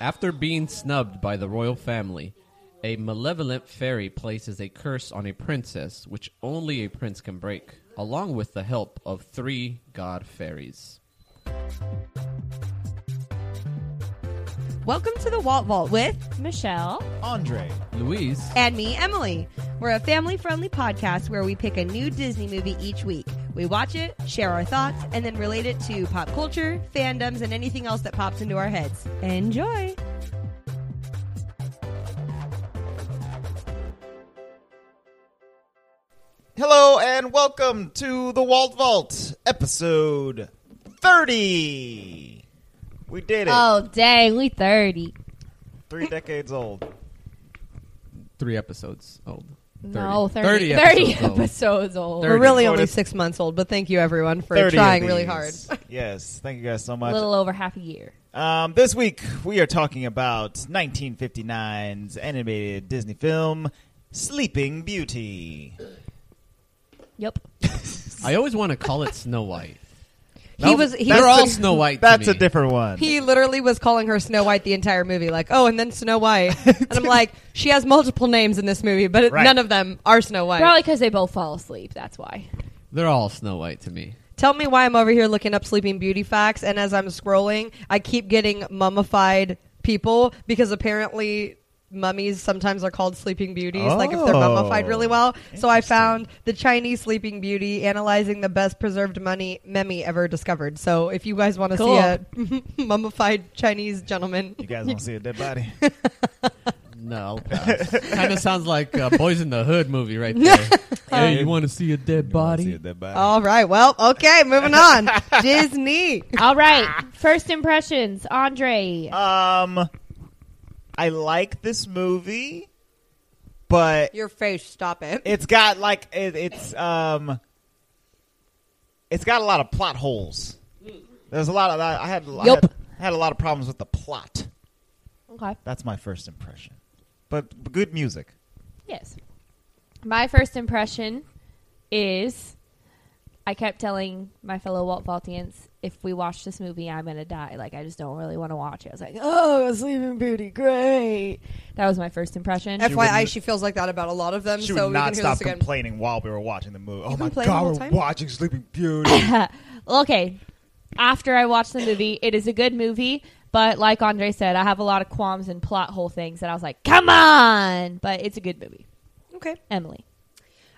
After being snubbed by the royal family, a malevolent fairy places a curse on a princess which only a prince can break, along with the help of three god fairies. Welcome to the Walt Vault with Michelle. Andre. Louise, and me, Emily. We're a family friendly podcast where we pick a new Disney movie each week. We watch it, share our thoughts, and then relate it to pop culture, fandoms, and anything else that pops into our heads. Enjoy! Hello and welcome to the Walt Vault, episode 30. We did it. Oh, dang, we 30. Three decades old. three episodes old. 30. No, 30 30. 30 episodes episodes, old. old. Thirty. We're really Sort only of. six months old, but thank you everyone for 30 of trying really hard. these. yes. Thank you guys so A much. little over half a year. Um, this week, we are talking about 1959's animated Disney film, Sleeping Beauty. Yep. I always want to call it Snow White. He was he, They're was- all Snow White. to That's me. a different one. he literally was calling her Snow White the entire movie, like, oh, and then Snow White. and I'm like, she has multiple names in this movie, but it- Right. none of them are Snow White. Probably because they both fall asleep. That's why. They're all Snow White to me. Tell me why I'm over here looking up Sleeping Beauty facts, and as I'm scrolling, I keep getting mummified people because apparently mummies sometimes are called Sleeping Beauties, like if they're Oh. mummified really well. So I found the Chinese Sleeping Beauty analyzing the best preserved money mummy ever discovered. So if you guys want to Cool. see a mummified Chinese gentleman, You guys want to see a dead body? No, kind of sounds like a Boys in the Hood movie right there. hey, you want to see a dead You wanna see a body? dead body? all right, well, okay, moving on. Disney. All right. First impressions, Andre. Um, I like this movie, but Your face, stop it. it's got like it, it's um it's got a lot of plot holes there's a lot of i had, I Yup. had I had a lot of problems with the plot okay. that's my first impression but good music Yes. My first impression is I kept telling my fellow Walt Vaultians, if we watch this movie, I'm going to die. Like, I just don't really want to watch it. I was like, oh, Sleeping Beauty, great. That was my first impression. FYI, wouldn't- she feels like that about a lot of them, she so would we not can hear stop this again. complaining while we were watching the movie oh my complained the god whole we're time? watching sleeping beauty okay. After I watched the movie, it is a good movie, but like Andre said, I have a lot of qualms and plot hole things that I was like, come on. But it's a good movie. Okay. Emily.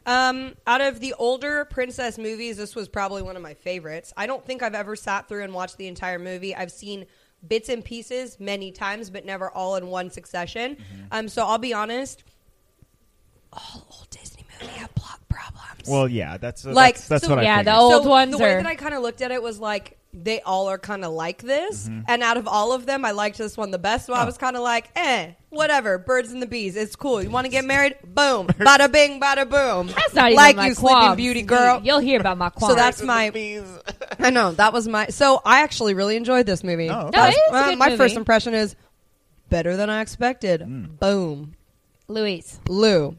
Um, out of the older princess movies, this was probably one of my favorites. I don't think I've ever sat through and watched the entire movie. I've seen bits and pieces many times, but never all in one succession. Um, so I'll be honest, all old Disney movies have plot problems. well yeah that's Like, that's, that's so- what i Yeah, figured. the old ones The way are- that I kind of looked at it was like they all are kind of like this, Mm-hmm. and out of all of them, I liked this one the best. So Oh. I was kind of like, eh, whatever. Birds and the bees, it's cool. You want to get married? Boom, bada bing, bada boom. That's not even like my you, qualms. sleeping beauty girl. You'll hear about my qualms. So that's my. I know that was my. So I actually really enjoyed this movie. Oh, okay. No, it is a Well, good my movie. first impression is better than I expected. Mm. Boom, Louise. Lou.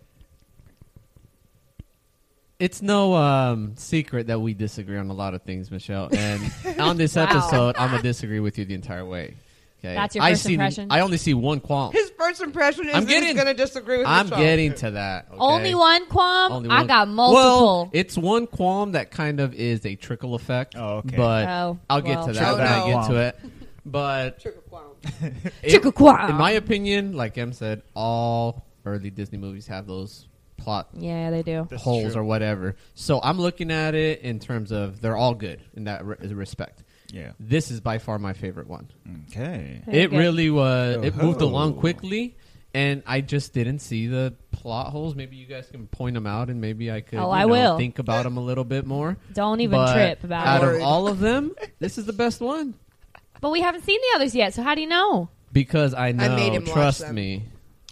It's no um, secret that we disagree on a lot of things, Michelle. And on this episode, I'm gonna disagree with you the entire way. Okay, That's your I first see, impression? I only see one qualm. His first impression is I'm that he's getting- going to disagree with. I'm Michelle. getting to that. okay? Only one qualm. Only I one- got multiple. Well, it's one qualm that kind of is a trickle effect. Oh, okay. But Oh, I'll get well. to that Oh, when I no. get to it. But it- Trickle qualm. in my opinion, like Em said, all early Disney movies have those plot yeah, they do. That's holes true. or whatever. So I'm looking at it in terms of they're all good in that re- respect. yeah This is by far my favorite one. okay Very it good. really was. It moved Oh. along quickly, and I just didn't see the plot holes. Maybe you guys can point them out, and maybe I could. Oh, you I know, will. think about them a little bit more. Don't even But trip about out it. of Worried. all of them, this is the best one But we haven't seen the others yet, so how do you know? because I know. made him watch trust them. me.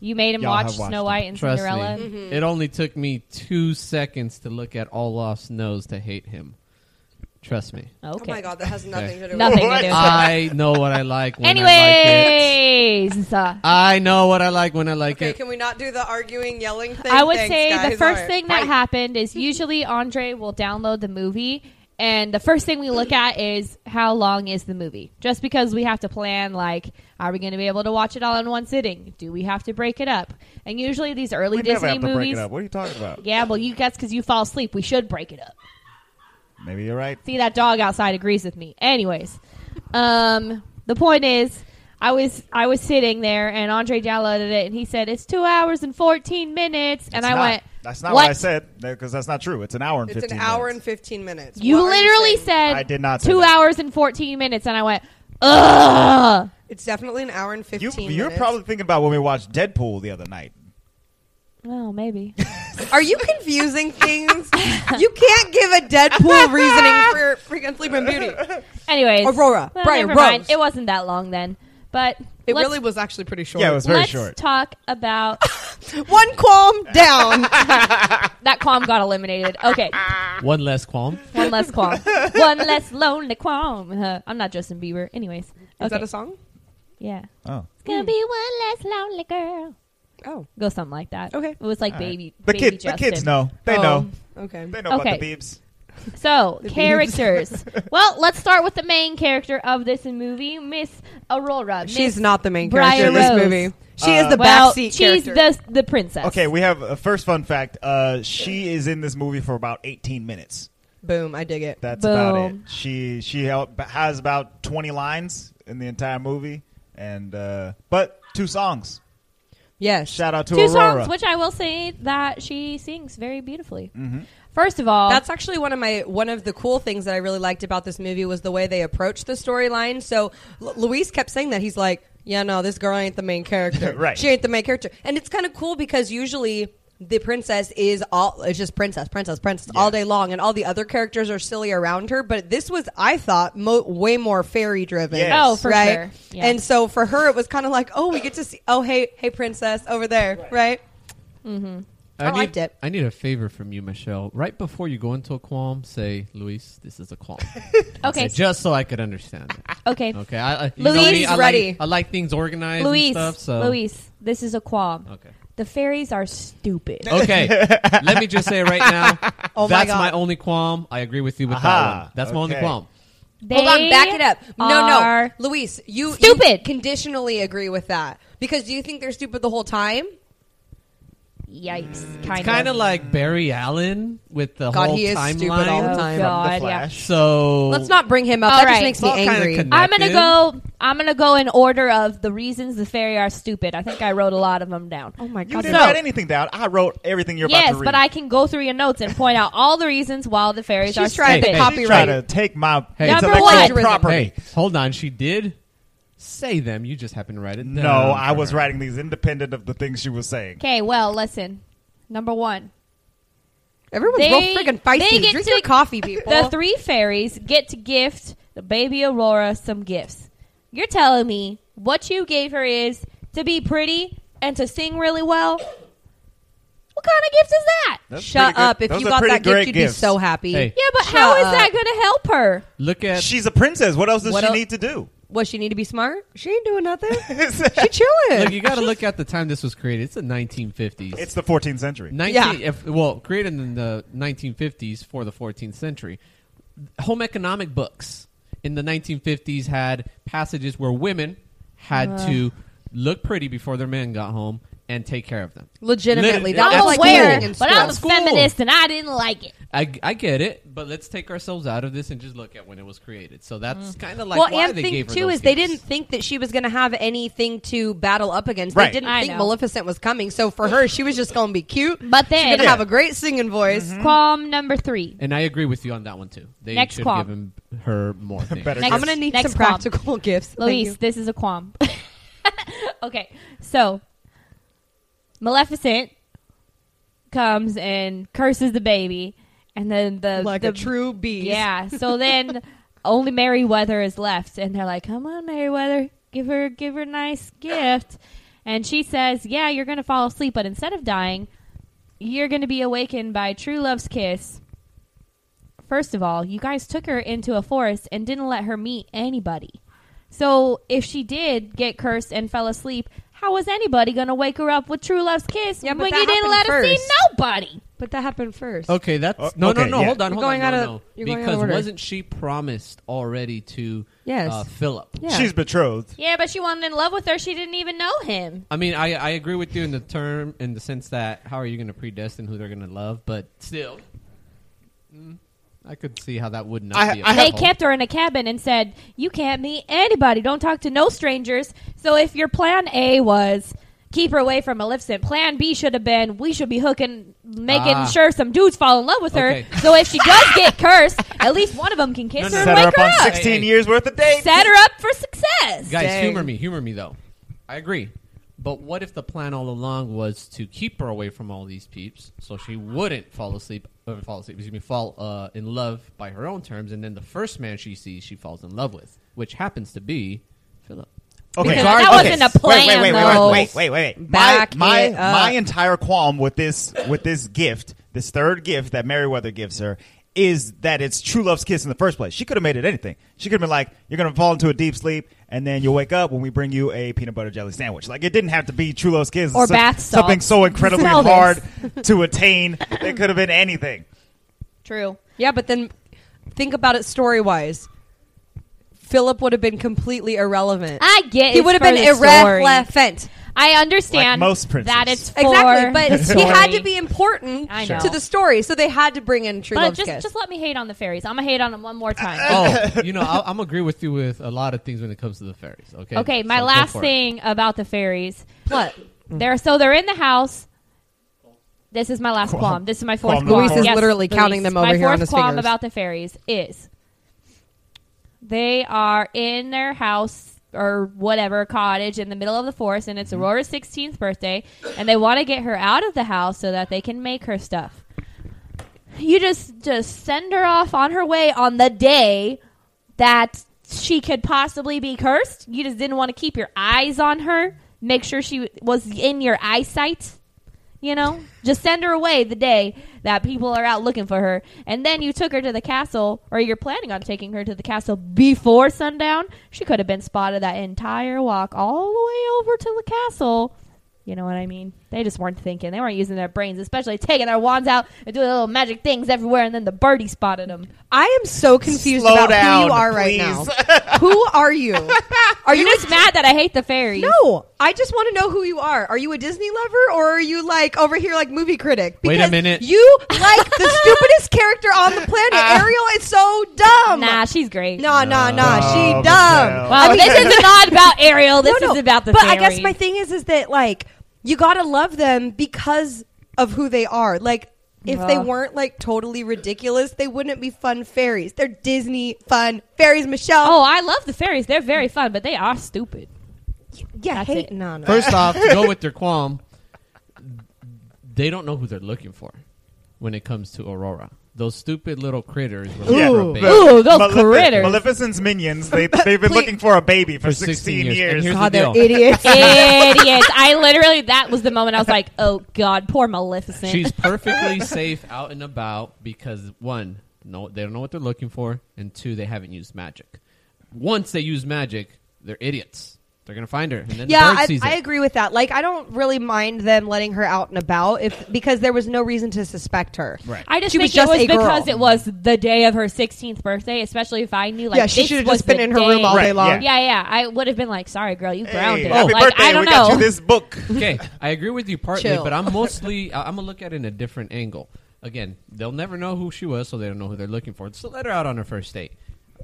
You made him Y'all watch have watched Snow them. White and Trust Cinderella. Mm. me. Mm-hmm. It only took me two seconds to look at Olaf's nose to hate him. Trust me. Okay. Oh my god, that has nothing to do. Nothing with to do. I know what I like when I like it. Anyways, uh, I know what I like when I like Okay, it. can we not do the arguing, yelling thing? I would Thanks, say guys. the first All right. thing that happened is usually Andre will download the movie And the first thing we look at is how long is the movie? Just because we have to plan, like, are we going to be able to watch it all in one sitting? Do we have to break it up? And usually these early we never Disney have to movies, break it up. What are you talking about? yeah, well, you guess because you fall asleep, we should break it up. Maybe you're right. See, that dog outside agrees with me. Anyways, um, the point is, I was I was sitting there, and Andre downloaded it, and he said it's two hours and fourteen minutes, and It's I not- went, That's not what, what, I said because that's not true. It's an hour and It's 15 an hour minutes. and 15 minutes. You What are literally saying? said I did not say two that. hours and fourteen minutes, and I went, ugh. It's definitely an hour and 15 You, minutes. you're probably thinking about when we watched Deadpool the other night. Well, maybe. Are you confusing things? you can't give a Deadpool reasoning for freaking Sleeping Beauty. Anyways, Aurora, Well, Brian never mind. Rose. It wasn't that long then, but It let's- really was actually pretty short. Yeah, it was very let's short. talk about One qualm down. that. Qualm got eliminated. Okay. One less qualm. One less qualm. One less lonely qualm. Uh, I'm not Justin Bieber. Anyways. Is that Okay. a song? Yeah. Oh, It's gonna be one less lonely girl. Oh, Go something like that. Okay. It was like all right. baby. The baby kid, the Justin. Um, kids know. They Oh, know. Okay. They know about Okay. the beeps. So The characters. well, let's start with the main character of this movie, Miss Aurora. She's Miss- not the main Briar character of this Rose. movie. She is Uh, the well, backseat she's character. the the princess. Okay, we have a first fun fact. Uh, she is in this movie for about 18 minutes. Boom, I dig it. That's about it. Boom. She she hel- has about 20 lines in the entire movie, and uh, but two songs. Yes. Shout out to Two Aurora. songs, which I will say that she sings very beautifully. First of all, That's actually one of my one of the cool things that I really liked about this movie was the way they approached the storyline. So L- Luis kept saying that he's like, "Yeah, no, this girl ain't the main character. Right. She ain't the main character." And it's kind of cool because usually the princess is all it's just princess, princess, princess all day long, and all the other characters are silly around her. But this was, I thought, mo- way more fairy driven. Yes. Oh, for right? sure. Yeah. And so for her, it was kind of like, "Oh, we get to see. Oh, hey, hey, princess over there, right? I need, liked it. I need a favor from you, Michelle. Right before you go into a qualm, say, Luis, this is a qualm. okay, Just so I could understand it. okay, Okay. I, I, you Luis know me, is I ready. Like, I like things organized Luis, and stuff. So. Luis, this is a qualm. Okay. The fairies are stupid. Okay. Let me just say right now, Oh my that's God. my only qualm. I agree with you with Aha, that one. That's my only okay. qualm. They Hold on, back it up. No, no, are- Luis, you you Stupid. conditionally agree with that because do you think they're stupid the whole time? Yikes! Kind of. Kind of like Barry Allen with the God, whole he is timeline. stupid all the Oh, time. God, The yeah. Flash. So Let's not bring him up. All that right. just makes It's all me kinda angry. connected. I'm gonna Connected. go. I'm gonna go in order of the reasons the fairy are stupid. I think I wrote a lot of them down. oh my You god! didn't So- write anything down. I wrote everything you're about yes, to read. but I can go through your notes and point out all the reasons why the fairies She's are trying stupid. Hey, to hey. You try copyright. to take my Hey. Number intellectual one. property. Hey, hold on. She did say them. You just happened to write it down. No, I for was her. writing these independent of the things she was saying. Okay, well, listen. Number one, Everyone's They- real freaking they feisty. get Drink to- your coffee, people. the three fairies get to gift the baby Aurora some gifts. You're telling me what you gave her is to be pretty and to sing really well? What kind of gift is that? That's Shut pretty good- up! If those you are got pretty that gift, great you'd gifts. be so happy. Hey. Yeah, but Shut how is up. that going to help her? Look at She's a princess. What else does What she el- need to do? What she need to be smart? She ain't doing nothing. she chilling. look. You got to look at the time this was created. It's the 1950s. it's the 14th century. 19, Yeah. if, well, created in the 1950s for the 14th century. Home economic books in the 1950s had passages where women had Uh. to look pretty before their men got home and take care of them. Legitimately, Lit- at that I'm was like aware, learning in school. but I'm a school. feminist and I didn't like it. I, I get it, but let's take ourselves out of this and just look at when it was created. So that's kind of like Mm. well, why and they thing gave her too those is they gifts. didn't think that she was going to have anything to battle up against. Right. They didn't I think know. Maleficent was coming, so for her, she was just going to be cute. But she's going then, to have a great singing voice. Mm-hmm. qualm number three. And I agree with you on that one too. They Next should qualm. have given her more things. Better Next- I'm going to need Next some qualm. practical gifts, Thank Luis, you. this is a qualm. okay, so Maleficent comes and curses the baby, and then the like the, a true beast. yeah. So then only Merryweather is left, and they're like, "Come on, Merryweather, give her give her a nice gift." And she says, "Yeah, you're gonna fall asleep, but instead of dying, you're gonna be awakened by true love's kiss." First of all, you guys took her into a forest and didn't let her meet anybody. So if she did get cursed and fell asleep, how was anybody gonna wake her up with true love's kiss Yeah, but when that you didn't let happened her see first. nobody? But that happened first. Okay, that's Uh, no, okay, no, no. yeah. Hold on, You're hold going on, out no, of- no. you're going out of because order. wasn't she promised already to Yes. uh, Philip? Yeah. She's betrothed. Yeah, but she wasn't in love with her. She didn't even know him. I mean, I, I agree with you in the term in the sense that how are you going to predestine who they're going to love? But still, Mm, I could see how that would not I- be. I They acceptable. kept her in a cabin and said, "You can't meet anybody. Don't talk to no strangers." So if your plan A was keep her away from Maleficent, plan B should have been we should be hooking, making Ah. sure some dudes fall in love with her. Okay. So if she does get cursed, at least one of them can kiss No, her no, Set and her wake up her on up. 16 Hey, hey. years worth of dates. Set her up for success. Guys, Dang. humor me, humor me though. I agree. But what if the plan all along was to keep her away from all these peeps so she wouldn't fall asleep, uh, fall asleep, excuse me, fall uh, in love by her own terms, and then the first man she sees, she falls in love with, which happens to be Philip. Okay. Because that Okay. wasn't a Wait, wait, plan, wait, wait, though. wait, wait, wait, wait. Back my it my, up. my entire qualm with this with this gift, this third gift that Meriwether gives her, is that it's true love's kiss in the first place. She could have made it anything. She could have been like, "You're gonna fall into a deep sleep, and then you'll wake up when we bring you a peanut butter jelly sandwich." Like it didn't have to be true love's kiss It's Or bath salts. Something so incredibly Smell this. hard to attain. It could have been anything. True. Yeah, but then think about it story wise. Philip would have been completely irrelevant. I get he it's would have for been the story. irrelevant. I understand Like most princes. that it's for Exactly, the but he had story. to be important I know. to the story, so they had to bring in True But Love's just, Kiss. just let me hate on the fairies. I'm gonna hate on them one more time. Oh, you know, I'll, I'm agree with you with a lot of things when it comes to the fairies. uh, Okay. Okay, my So go last for it. thing about the fairies. what? They're so they're in the house. This is my last qualm. This is my fourth Qualm qualm. number Luis is literally counting them over my here fourth on his qualm fingers. about the fairies is they are in their house or whatever cottage in the middle of the forest, and it's Mm-hmm. Aurora's sixteenth birthday, and they want to get her out of the house so that they can make her stuff. You just just send her off on her way on the day that she could possibly be cursed. You just didn't want to keep your eyes on her, make sure she was in your eyesight. You know, just send her away the day that people are out looking for her. And then you took her to the castle, or you're planning on taking her to the castle before sundown. She could have been spotted that entire walk all the way over to the castle. You know what I mean? They just weren't thinking. They weren't using their brains, especially taking their wands out and doing little magic things everywhere. And then the birdie spotted them. I am so confused Slow about who down, you are right now. please. who are you? Are You're you just mad that I hate the fairies. No, I just want to know who you are. Are you a Disney lover or are you like over here like movie critic? Wait a minute. You like the stupidest character on the planet. Ariel is so dumb. Nah, she's great. nah, nah, nah. She Oh, dumb. Michelle. Wow, this is not about Ariel. This No, no, is about the But I fairies. guess my thing is is that like you gotta love them because of who they are. Like if they Yeah. weren't like totally ridiculous, they wouldn't be fun fairies. They're Disney fun fairies, Michelle. Oh, I love the fairies. They're very fun, but they are stupid. yeah, that's hate it. no, no. First off, to go with their qualm, they don't know who they're looking for when it comes to Aurora. Those stupid little critters were Yeah, looking for a the- baby Ooh, those critters. Maleficent's minions. They, they've been Please. looking for a baby for, for 16, 16 years. And years. here's God, the they're deal. idiots. Idiots. I literally, that was the moment I was like, oh, God, poor Maleficent. She's perfectly safe out and about because one, no, they don't know what they're looking for, and two, they haven't used magic. Once they use magic, they're idiots. They're gonna find her, and then yeah, the bird I, sees I it. agree with that. Like, I don't really mind them letting her out and about if because there was no reason to suspect her. Right. I just She think was just it was a girl. because it was the day of her 16th birthday, especially if I knew like yeah, she this should have was just been the in her room all day. Right, day long. yeah. Yeah, yeah. I would have been like, sorry, girl, you grounded. Hey, happy like, birthday! I don't we know. got you this book. okay, I agree with you partly, Chill. but I'm mostly I- I'm gonna look at it in a different angle. Again, they'll never know who she was, so they don't know who they're looking for. So let her out on her first date,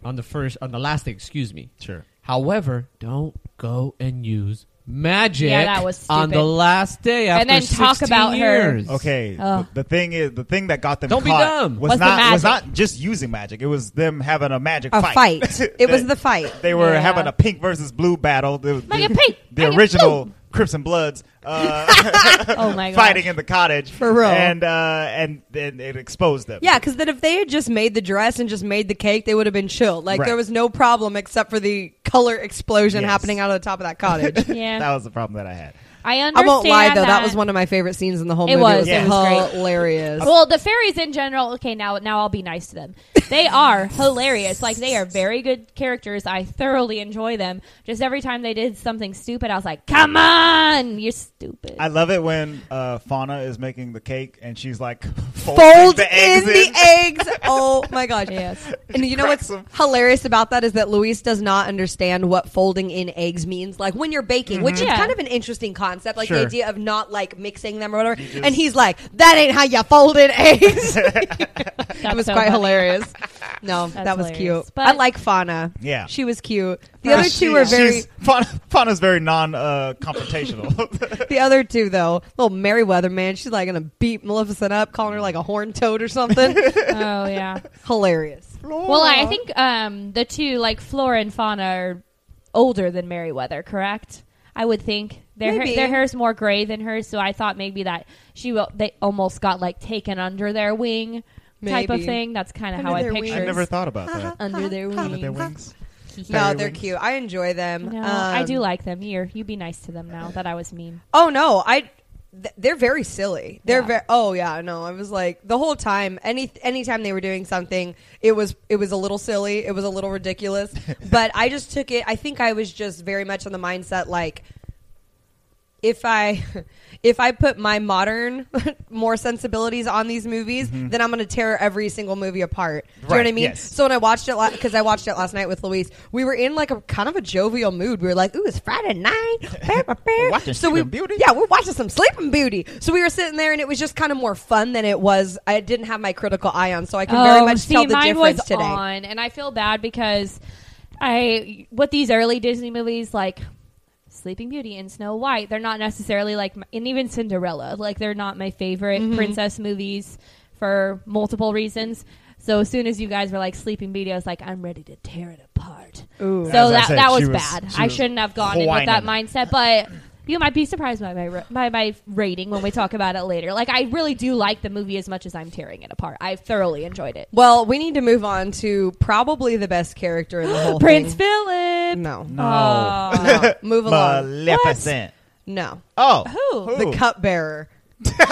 on the first on the last date. Excuse me. Sure. However, don't go and use magic. Yeah, that was on the stupid. last day after And then talk 16 about her. years. Okay. Ugh. The, the thing is, the thing that got them Don't be caught dumb. was Was the not was magic. not just using magic. It was them having a magic A fight. fight. It was They- the fight. They were Yeah. having a pink versus blue battle. The, Make the- it pink. the Make it original blue. Crips and Bloods uh, Oh, my God. fighting in the cottage For real. and uh, and and it exposed them. Yeah, because then if they had just made the dress and just made the cake, they would have been chill. Like Right. there was no problem except for the color explosion Yes. happening out of the top of that cottage. Yeah. that was the problem that I had. I understand. I won't lie though, that. that was one of my favorite scenes in the whole It movie. was, it it was was great. hilarious. Well, the fairies in general. Okay, now now I'll be nice to them. They are hilarious. Like they are very good characters. I thoroughly enjoy them. Just every time they did something stupid, I was like, "Come on, you're stupid." I love it when uh, Fauna is making the cake and she's like folding Fold the eggs in the eggs. Oh my gosh. yes. And you know what's cracks them. hilarious about that is that Luis does not understand what folding in eggs means. Like when you're baking, which Mm-hmm. Yeah. is kind of an interesting concept, like Sure. the idea of not like mixing them or whatever. and he's like, "That ain't how you fold in eggs." That's It was so quite funny. hilarious. No, That's that was hilarious. cute. But- I like Fauna. Yeah. she was cute. The But other she- two are very. she's- Fauna, Fauna's very non uh, confrontational. The other two though, little Merryweather man, she's like gonna beat Maleficent up, calling her like a horn toad or something. Oh yeah. hilarious. Well, I think um, the two, like Flora and Fauna, are older than Meriwether, correct? I would think their hair, Maybe. their hair's more gray than hers, so I thought maybe that she will, they almost got like taken under their wing type of Maybe. thing. That's kind of Under how I their picture. I never thought about that. under their wing. Under their wings. No, Fairy they're wings. cute. I enjoy them. No, I Um, do like them. Here, you be nice to them now that I was mean. Oh no, I. th- They're very silly. They're Yeah. very. Oh yeah, no. I was like the whole time. Any anytime they were doing something, it was it was a little silly. It was a little ridiculous. but I just took it. I think I was just very much on the mindset like if I if I put my modern more sensibilities on these movies, then I'm going to tear every single movie apart. Do you know Mm-hmm. Right, what I mean? yes. So when I watched it because I watched it last night with Luis, we were in like a kind of a jovial mood. We were like, "Ooh, it's Friday night." Bah, bah, bah. Watching we, Sleeping Beauty? Yeah, we're watching some Sleeping Beauty. So we were sitting there, and it was just kind of more fun than it was. I didn't have my critical eye on, so I could very much Oh, see, tell the mine difference was today. on, and I feel bad because I with these early Disney movies like Sleeping Beauty and Snow White, they're not necessarily like, my- and even Cinderella, like they're not my favorite Mm-hmm. princess movies for multiple reasons. So as soon as you guys were like Sleeping Beauty, I was like, I'm ready to tear it apart. Ooh. So As I that said, that she was, was- bad. she I was shouldn't have gone in with that whining. mindset, but. You might be surprised by my ra- by my rating when we talk about it later. Like I really do like the movie as much as I'm tearing it apart. I thoroughly enjoyed it. Well, we need to move on to probably the best character in the whole Prince thing. Philip. No, no, Oh. move along. Maleficent. No. Oh. Who? The cupbearer.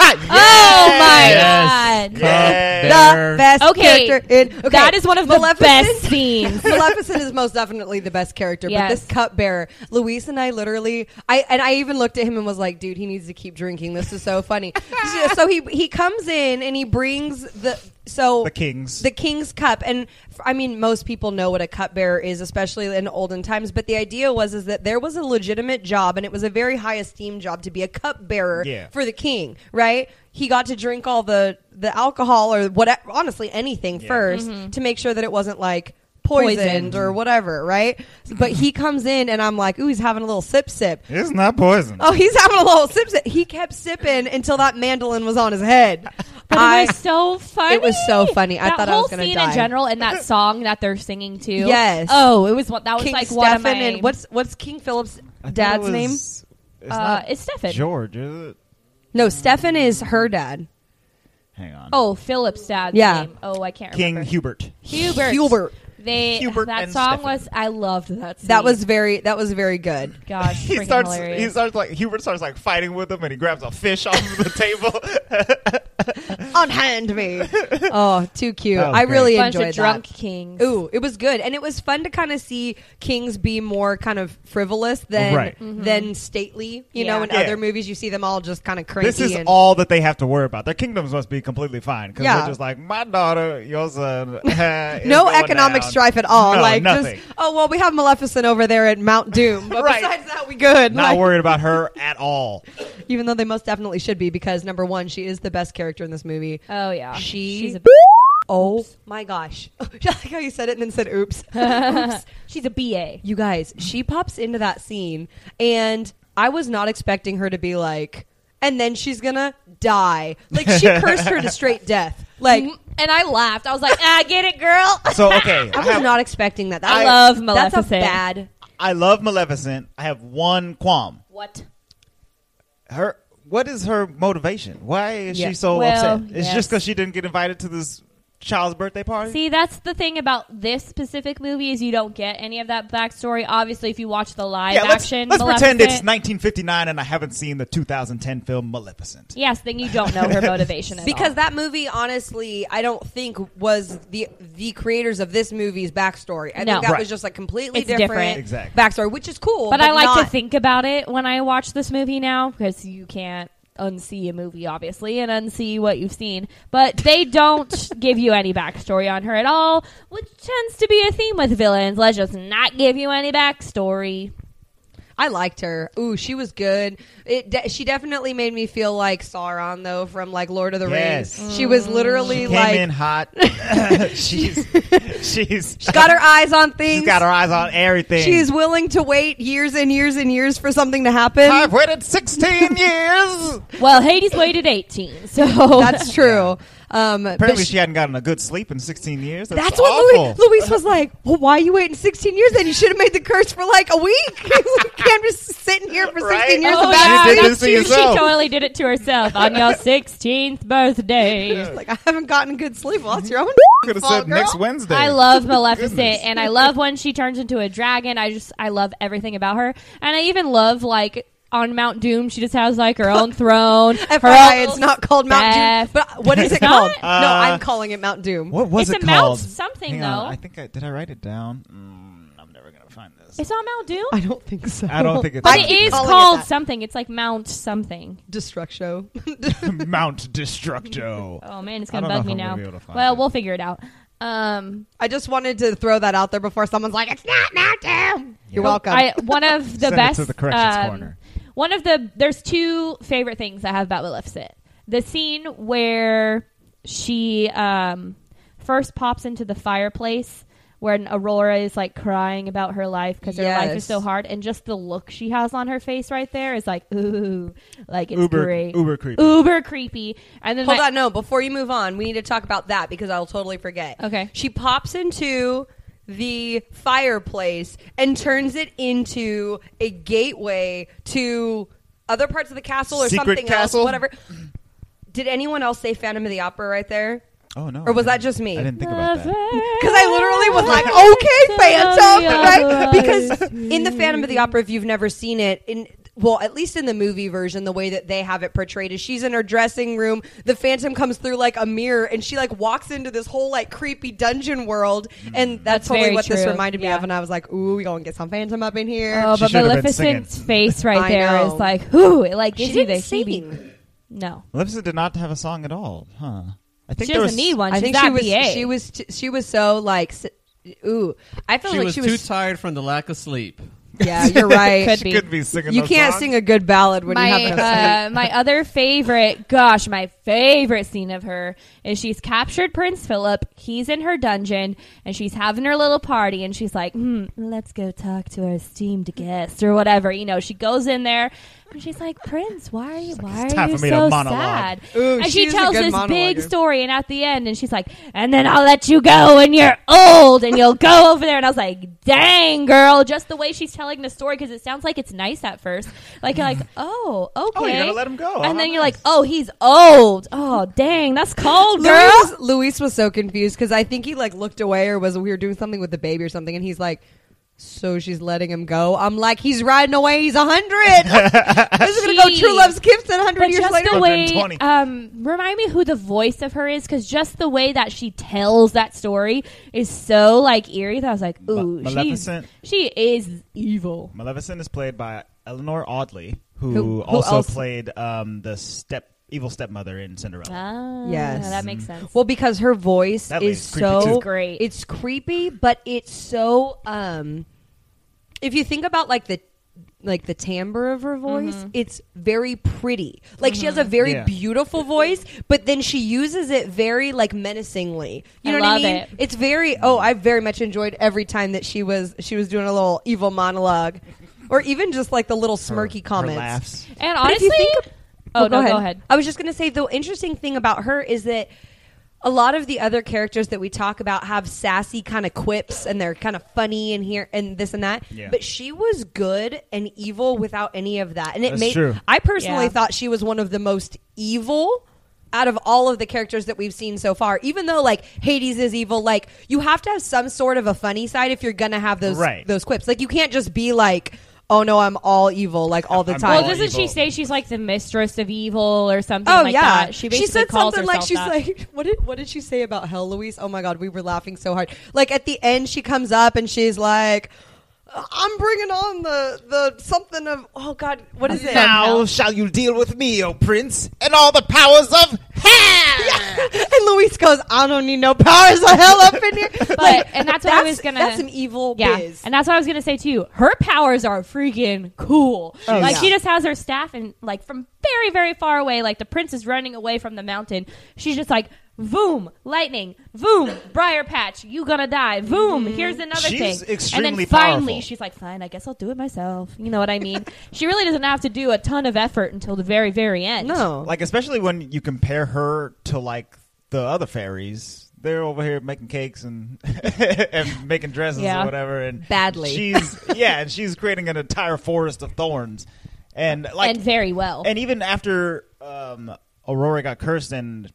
Oh my Yes. god. Yeah. Bear. The best Okay. character in okay. That is one of the best scenes. Maleficent is most definitely the best character, Yes. but this cupbearer, Luis and I literally, I and I even looked at him and was like, "Dude, he needs to keep drinking. This is so funny." So- so he he comes in and he brings the so The kings. the king's cup, and f- I mean, most people know what a cupbearer is, especially in olden times. But the idea was is that there was a legitimate job, and it was a very high esteemed job to be a cupbearer Yeah. for the king, right? He got to drink all the the alcohol or what, honestly, anything Yeah. 1st to make sure that it wasn't like poisoned, Poisoned. or whatever, right? But he comes in, and I'm like, ooh, he's having a little sip sip. It's not poison. Oh, he's having a little sip sip. He kept sipping until that mandolin was on his head. But I- it was so funny. It was so funny. I that thought I whole was gonna scene in die. general and that song that they're singing too. Yes. Oh, it was one that was King like one Stefan of my. and what's what's King Philip's dad's name? It's uh, it's Stefan. George, is it? No, Stefan is her dad. Hang on. Oh, Philip's dad's Yeah. name. Oh, I can't King remember. Hubert. Hubert. Hubert. They Hubert that and song Stefan. was I loved that. Scene. That was very that was very good. gosh. He freaking starts. hilarious. He starts like Hubert starts like fighting with him, and he grabs a fish off of the table. Unhand me. oh, too cute. That was I great. really bunch enjoyed of drunk that. kings. Ooh, it was good, and it was fun to kind of see kings be more kind of frivolous than Right. than stately. You Mm-hmm. Yeah. know, in Yeah. other movies, you see them all just kind of cranky. this is and, all that they have to worry about. Their kingdoms must be completely fine because Yeah. they're just like my daughter, your son. eh, is no going economic down." strife at all. No, like nothing. just oh well, we have Maleficent over there at Mount Doom, but Right. besides that, we good. Not Like, worried about her at all. even though they most definitely should be because number one, she is the best character in this movie. Uh, Oh yeah. She- She's a Oh my gosh! I like how you said it and then said oops. She's a BA. you guys, she pops into that scene, and I was not expecting her to be like, and then she's gonna die. Like she cursed her to straight death. Like Mm, and I laughed. I was like, "Ah, get it, girl." So okay, I was have- not expecting that. That I was- love That's a Maleficent. bad. I love Maleficent. I have one qualm. what? Her. What is her motivation? Why is Yeah. she so Well, upset? It's yes. just because she didn't get invited to this child's birthday party. See, that's the thing about this specific movie is you don't get any of that backstory. Obviously, if you watch the live yeah, let's, action, let's pretend it's Maleficent- 1959 and I haven't seen the 2010 film Maleficent. Yes, then you don't know her motivation at because all. that movie honestly i don't think was the the creators of this movie's backstory i No. think that Right. was just like completely It's different, different. Exactly. backstory which is cool but, I like not- to think about it when I watch this movie now because you can't unsee a movie obviously and unsee what you've seen. But they don't give you any backstory on her at all, which tends to be a theme with villains. Let's just not give you any backstory. i liked her ooh she was good it de- she definitely made me feel like sauron though from like lord of the Yes. rings she Mm. was literally She came like in hot. she's she's she got her eyes on things she's got her eyes on everything. She's willing to wait years and years and years for something to happen. I've waited 16 years. Well, Hades waited 18, so That's true. Um, but Apparently, sh- she hadn't gotten a good sleep in 16 years. That's, that's what awful. Louis, Luis was like. Well, why are you waiting 16 years? Then you should have made the curse for like a week. you can't just sitting here for 16 Right? years. Oh, of yeah. bad She did sleep. this to she, she yourself. totally did it to herself on your 16th birthday. Like I haven't gotten good sleep. Well, that's your own. could have fault, said next girl. Wednesday. I love Maleficent, Goodness. and I love when she turns into a dragon. I just I love everything about her, and I even love like on Mount Doom, she just has like her own throne. her FYI, own- it's not called Mount Doom. Beth. But what is it It's not? called? no, Uh, I'm calling it Mount Doom. What was It's it a mount called? something, Hang on, though. I think I did. I write it down. Mm, I'm never gonna find this. It's not Mount Doom, I don't think so. I don't think it's- but I it keep is calling it called that. something. It's like Mount something. Destructo. Mount Destructo. Oh man, it's I don't gonna know bug if me I'm now. gonna be able to find well, it. we'll figure it out. Um, I just wanted to throw that out there before someone's like, "It's not Mount Doom." You're welcome. I, one of the Send it best. to the corrections um, corner. One of the there's two favorite things I have about Maleficent. The scene where she um, first pops into the fireplace when Aurora is like crying about her life because her life Yes. is so hard, and just the look she has on her face right there is like ooh, like it's Uber, great, uber creepy. uber creepy. And then Hold that- on, no. Before you move on, we need to talk about that because I'll totally forget. Okay. She pops into the fireplace and turns it into a gateway to other parts of the castle or Secret something castle? else, whatever. Did anyone else say Phantom of the Opera right there? Oh no! Or was I that didn't- just me? I didn't think about that. Because I literally was like, okay, Phantom, right? Because in the Phantom of the Opera, if you've never seen it, in well, at least in the movie version, the way that they have it portrayed is she's in her dressing room. The Phantom comes through like a mirror, and she like walks into this whole like creepy dungeon world, and that's, Mm. That's totally very what this true. reminded me Yeah. of. And I was like, ooh, we gonna get some Phantom up in here. Oh, She but should have been Maleficent's singing. face right I there is know. like, who? It like gives she you the didn't heebie. sing. No, Maleficent did not have a song at all, huh? I think she there was, doesn't need one. She's I think that she was. BA. She was. T- she was so like. s ooh, I felt She like was she too was. tired from the lack of sleep. yeah, you're right. Could She be. could be singing. you those can't songs. sing a good ballad when you my haven't. sleep. uh, my other favorite, gosh, my favorite scene of her is she's captured Prince Philip. He's in her dungeon and she's having her little party and she's like, hmm, let's go talk to our esteemed guest or whatever. You know, she goes in there and she's like, Prince, why are you, why "It's are time you for me to so monologue." sad? Ooh, and she she's a tells good this big monologuer. story and at the end and she's like, and then I'll let you go when you're old and you'll go over there. And I was like, dang, girl, just the way she's telling the story because it sounds like it's nice at first. Like, you're like, oh, okay Oh, you're okay. gonna let him go. And How then you're nice. like, oh, he's old. Oh, dang, that's cold, girl. Luis, Luis was so confused because I think he like looked away or was we were doing something with the baby or something, and he's like, "So she's letting him go." I'm like, "He's riding away. He's a hundred. this is gonna go Jeez. true love's gifts and hundred but years just later." the way, 120. um, remind me who the voice of her is, because just the way that she tells that story is so like eerie that I was like, Ma- ooh, she's, Maleficent. she is evil. Maleficent is played by Eleanor Audley, who, Who- who also else? played um, the step evil stepmother in Cinderella. Ah, Yes. that makes sense. well, because her voice That is lady's creepy, so too. It's great. It's creepy, but it's so. um If you think about like the like the timbre of her voice, Mm-hmm. it's very pretty. Like she has a very Yeah. beautiful voice, but then she uses it very like menacingly. You I know love what I mean? it. It's very. Oh, I very much enjoyed every time that she was she was doing a little evil monologue, or even just like the little Her- smirky her comments. laughs. and But if honestly, you think ab- oh, Oh, no, go ahead. I was just going to say the interesting thing about her is that a lot of the other characters that we talk about have sassy kind of quips and they're kind of funny and here and this and that. Yeah. But she was good and evil without any of that. And it That's made true. I personally Yeah. thought she was one of the most evil out of all of the characters that we've seen so far, even though like Hades is evil, like you have to have some sort of a funny side if you're gonna have those Right. those quips. Like you can't just be like, "Oh no, I'm all evil," like all the I'm time. Well, doesn't evil. she say she's like the mistress of evil or something? Oh like yeah, that? she basically said calls something like herself she's that. like, what did what did she say about hell, Louise? Oh my god, we were laughing so hard. Like at the end, she comes up and she's like, "I'm bringing on the the something of oh god, what is it?" Now shall you deal with me, O prince, and all the powers of hell. And Luis goes, "I don't need no powers of hell up in here." But and that's what I was gonna- That's some evil Yeah, biz. and that's what I was gonna say too. Her powers are freaking cool. like Oh, yeah. she just has her staff, and like from very, very far away, like the prince is running away from the mountain. She's just like, "Voom, lightning! Voom, briar patch! You gonna die! Voom! Mm-hmm. Here's another She's thing." and extremely then finally, powerful. she's like, "Fine, I guess I'll do it myself." You know what I mean? she really doesn't have to do a ton of effort until the very, very end. no, Like especially when you compare her to like the other fairies. They're over here making cakes and and making dresses Yeah. or whatever and Badly. She's yeah, and she's creating an entire forest of thorns. And like and very well. and even after um, Aurora got cursed and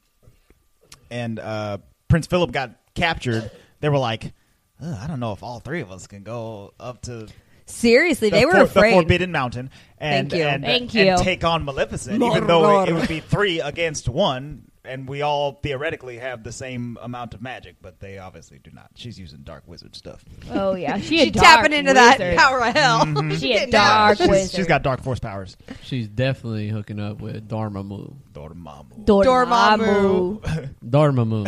and uh, Prince Philip got captured, they were like, "Ugh, I don't know if all three of us can go up to seriously, the they were for- the afraid. Forbidden Mountain and Thank you. and, Thank and you. take on Maleficent, even Mordor. though it, would be three against one. And we all theoretically have the same amount of magic, but they obviously do not. She's using dark wizard stuff. oh yeah, she She a dark tapping into that wizard. Mm-hmm. power of hell. She a Getting dark down. She's, wizard. she's got dark force powers. She's definitely hooking up with Dormammu. Dormammu. Dormammu. Dormammu.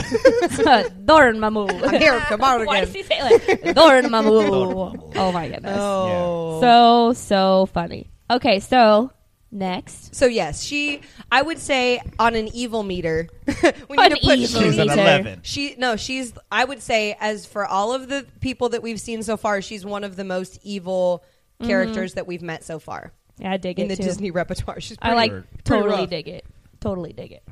Dormammu. I'm here, come on Why again. does he say it like Dormammu? Dormammu. oh my goodness. Oh. So so funny. Okay, so next. So yes, she. I would say on an evil meter, we need An to put. evil She's an Meter. eleven. She no, she's. I would say as for all of the people that we've seen so far, she's one of the most evil characters that we've met so far Yeah, I dig in the it Mm-hmm. too. Disney repertoire. She's I pretty, like pretty totally rough. dig it. Totally dig it.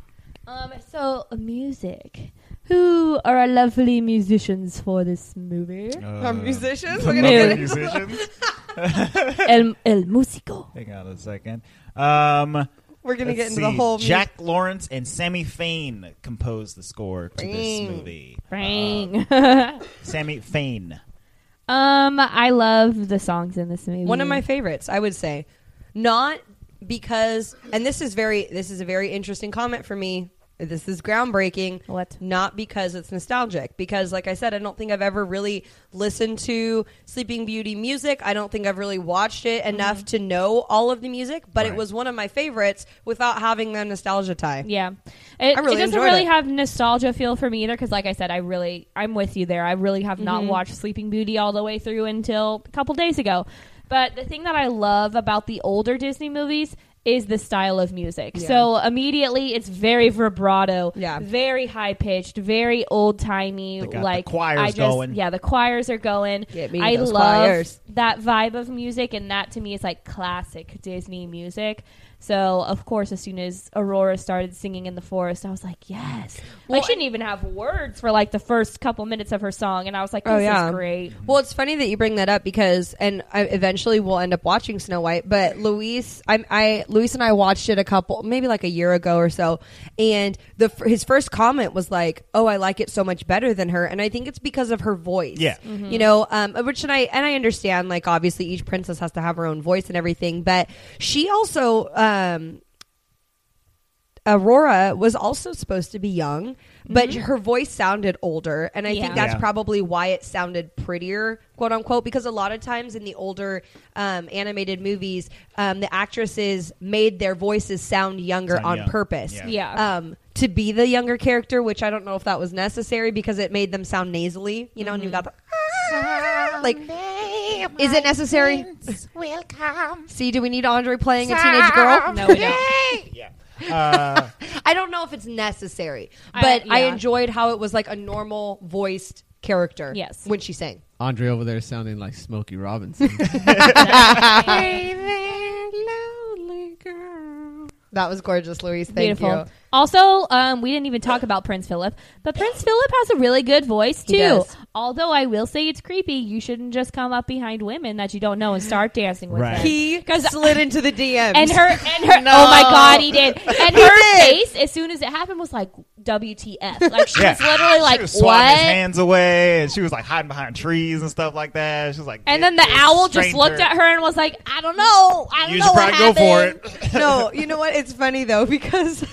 Um so music. Who are our lovely musicians for this movie? our Uh, musicians. The We're gonna number get of get it. musicians. El, el músico. Hang on a second. Um, We're gonna get let's into the see. whole mu- Jack Lawrence and Sammy Fain composed the score to this Bang. movie. Bang. Sammy Fain. um I love the songs in this movie. one of my favorites i would say not because and this is very this is a very interesting comment for me this is groundbreaking What? not because it's nostalgic because like i said i don't think i've ever really listened to sleeping beauty music i don't think i've really watched it enough to know all of the music but Right. it was one of my favorites without having the nostalgia tie Yeah, it, I really it doesn't enjoyed really it. have nostalgia feel for me either. Because like I said, I really, I'm with you there. I really have Mm-hmm. not watched Sleeping Beauty all the way through until a couple days ago. But the thing that I love about the older Disney movies is the style of music. So immediately, it's very vibrato, Yeah. very high pitched, very old timey. They got the Like choirs I just, going. yeah, the choirs are going. Get me I those love choirs. that vibe of music, and that to me is like classic Disney music. So, of course, as soon as Aurora started singing in the forest, I was like, yes. like, she didn't even have words for like the first couple minutes of her song, and I was like, this Oh, yeah. is great. Well, it's funny that you bring that up because, and I, eventually we'll end up watching Snow White. But Luis, I, I Luis and I watched it a couple, maybe like a year ago or so, and the f- his first comment was like, "Oh, I like it so much better than her," and I think it's because of her voice. Yeah. you know, um, which and I and I understand. Like, obviously, each princess has to have her own voice and everything, but she also. Um, Aurora was also supposed to be young, but her voice sounded older, and I think Mm-hmm. Yeah. that's Yeah. probably why it sounded prettier, quote unquote. Because a lot of times in the older um, animated movies, um, the actresses made their voices sound younger Sound on young. purpose, Yeah. Yeah. um, to be the younger character. Which I don't know if that was necessary because it made them sound nasally, you know, and you Mm-hmm. got the "Ah," like. Is it necessary? will come. See, do we need Andre playing a teenage girl? No, we don't. Yeah. Uh, I don't know if it's necessary, I- but I, yeah. enjoyed how it was like a normal voiced character. Yes. when she sang. Andre over there sounding like Smokey Robinson. That was gorgeous, Louise. Thank Beautiful. you. Also, um, we didn't even talk about Prince Philip, but Prince Philip has a really good voice too. He does. Although I will say it's creepy. You shouldn't just come up behind women that you don't know and start dancing with Right. them. He slid into the DMs. and her and her No. oh my god he did and her did. face as soon as it happened was like WTF like she Yeah. was literally She like was swatting his what hands away, and she was like hiding behind trees and stuff like that. She was like, and "Get then the this owl just stranger." looked at her and was like I don't know I don't You know should what probably go happened for it. no, you know what? It's funny though because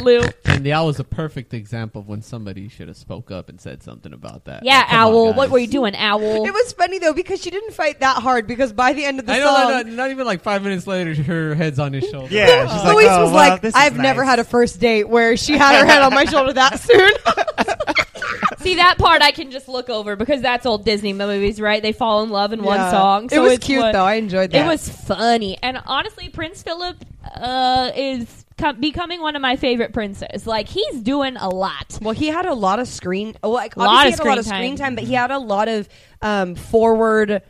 Lou And the owl is a perfect example of when somebody should have spoke up and said something about that. yeah Like, come on, owl guys. what were you doing owl it was funny though because she didn't fight that hard because by the end of the I know, song, I know, not even like five minutes later, her head's on his shoulder. Yeah, she's like, Louise "Oh, was well, like, this is "I've never nice." had a first date where she had her head on my shoulder that soon." see that part I can just look over because that's old Disney movies right they fall in love in one Yeah. song so it was it's cute what- though. I enjoyed that. It was funny, and honestly, Prince Philip uh, is com- becoming one of my favorite princes. Like he's doing a lot. Well, he had a lot of screen, oh, like Lot obviously of he had a lot of screen screen time. Mm-hmm. time, but he had a lot of um, forward,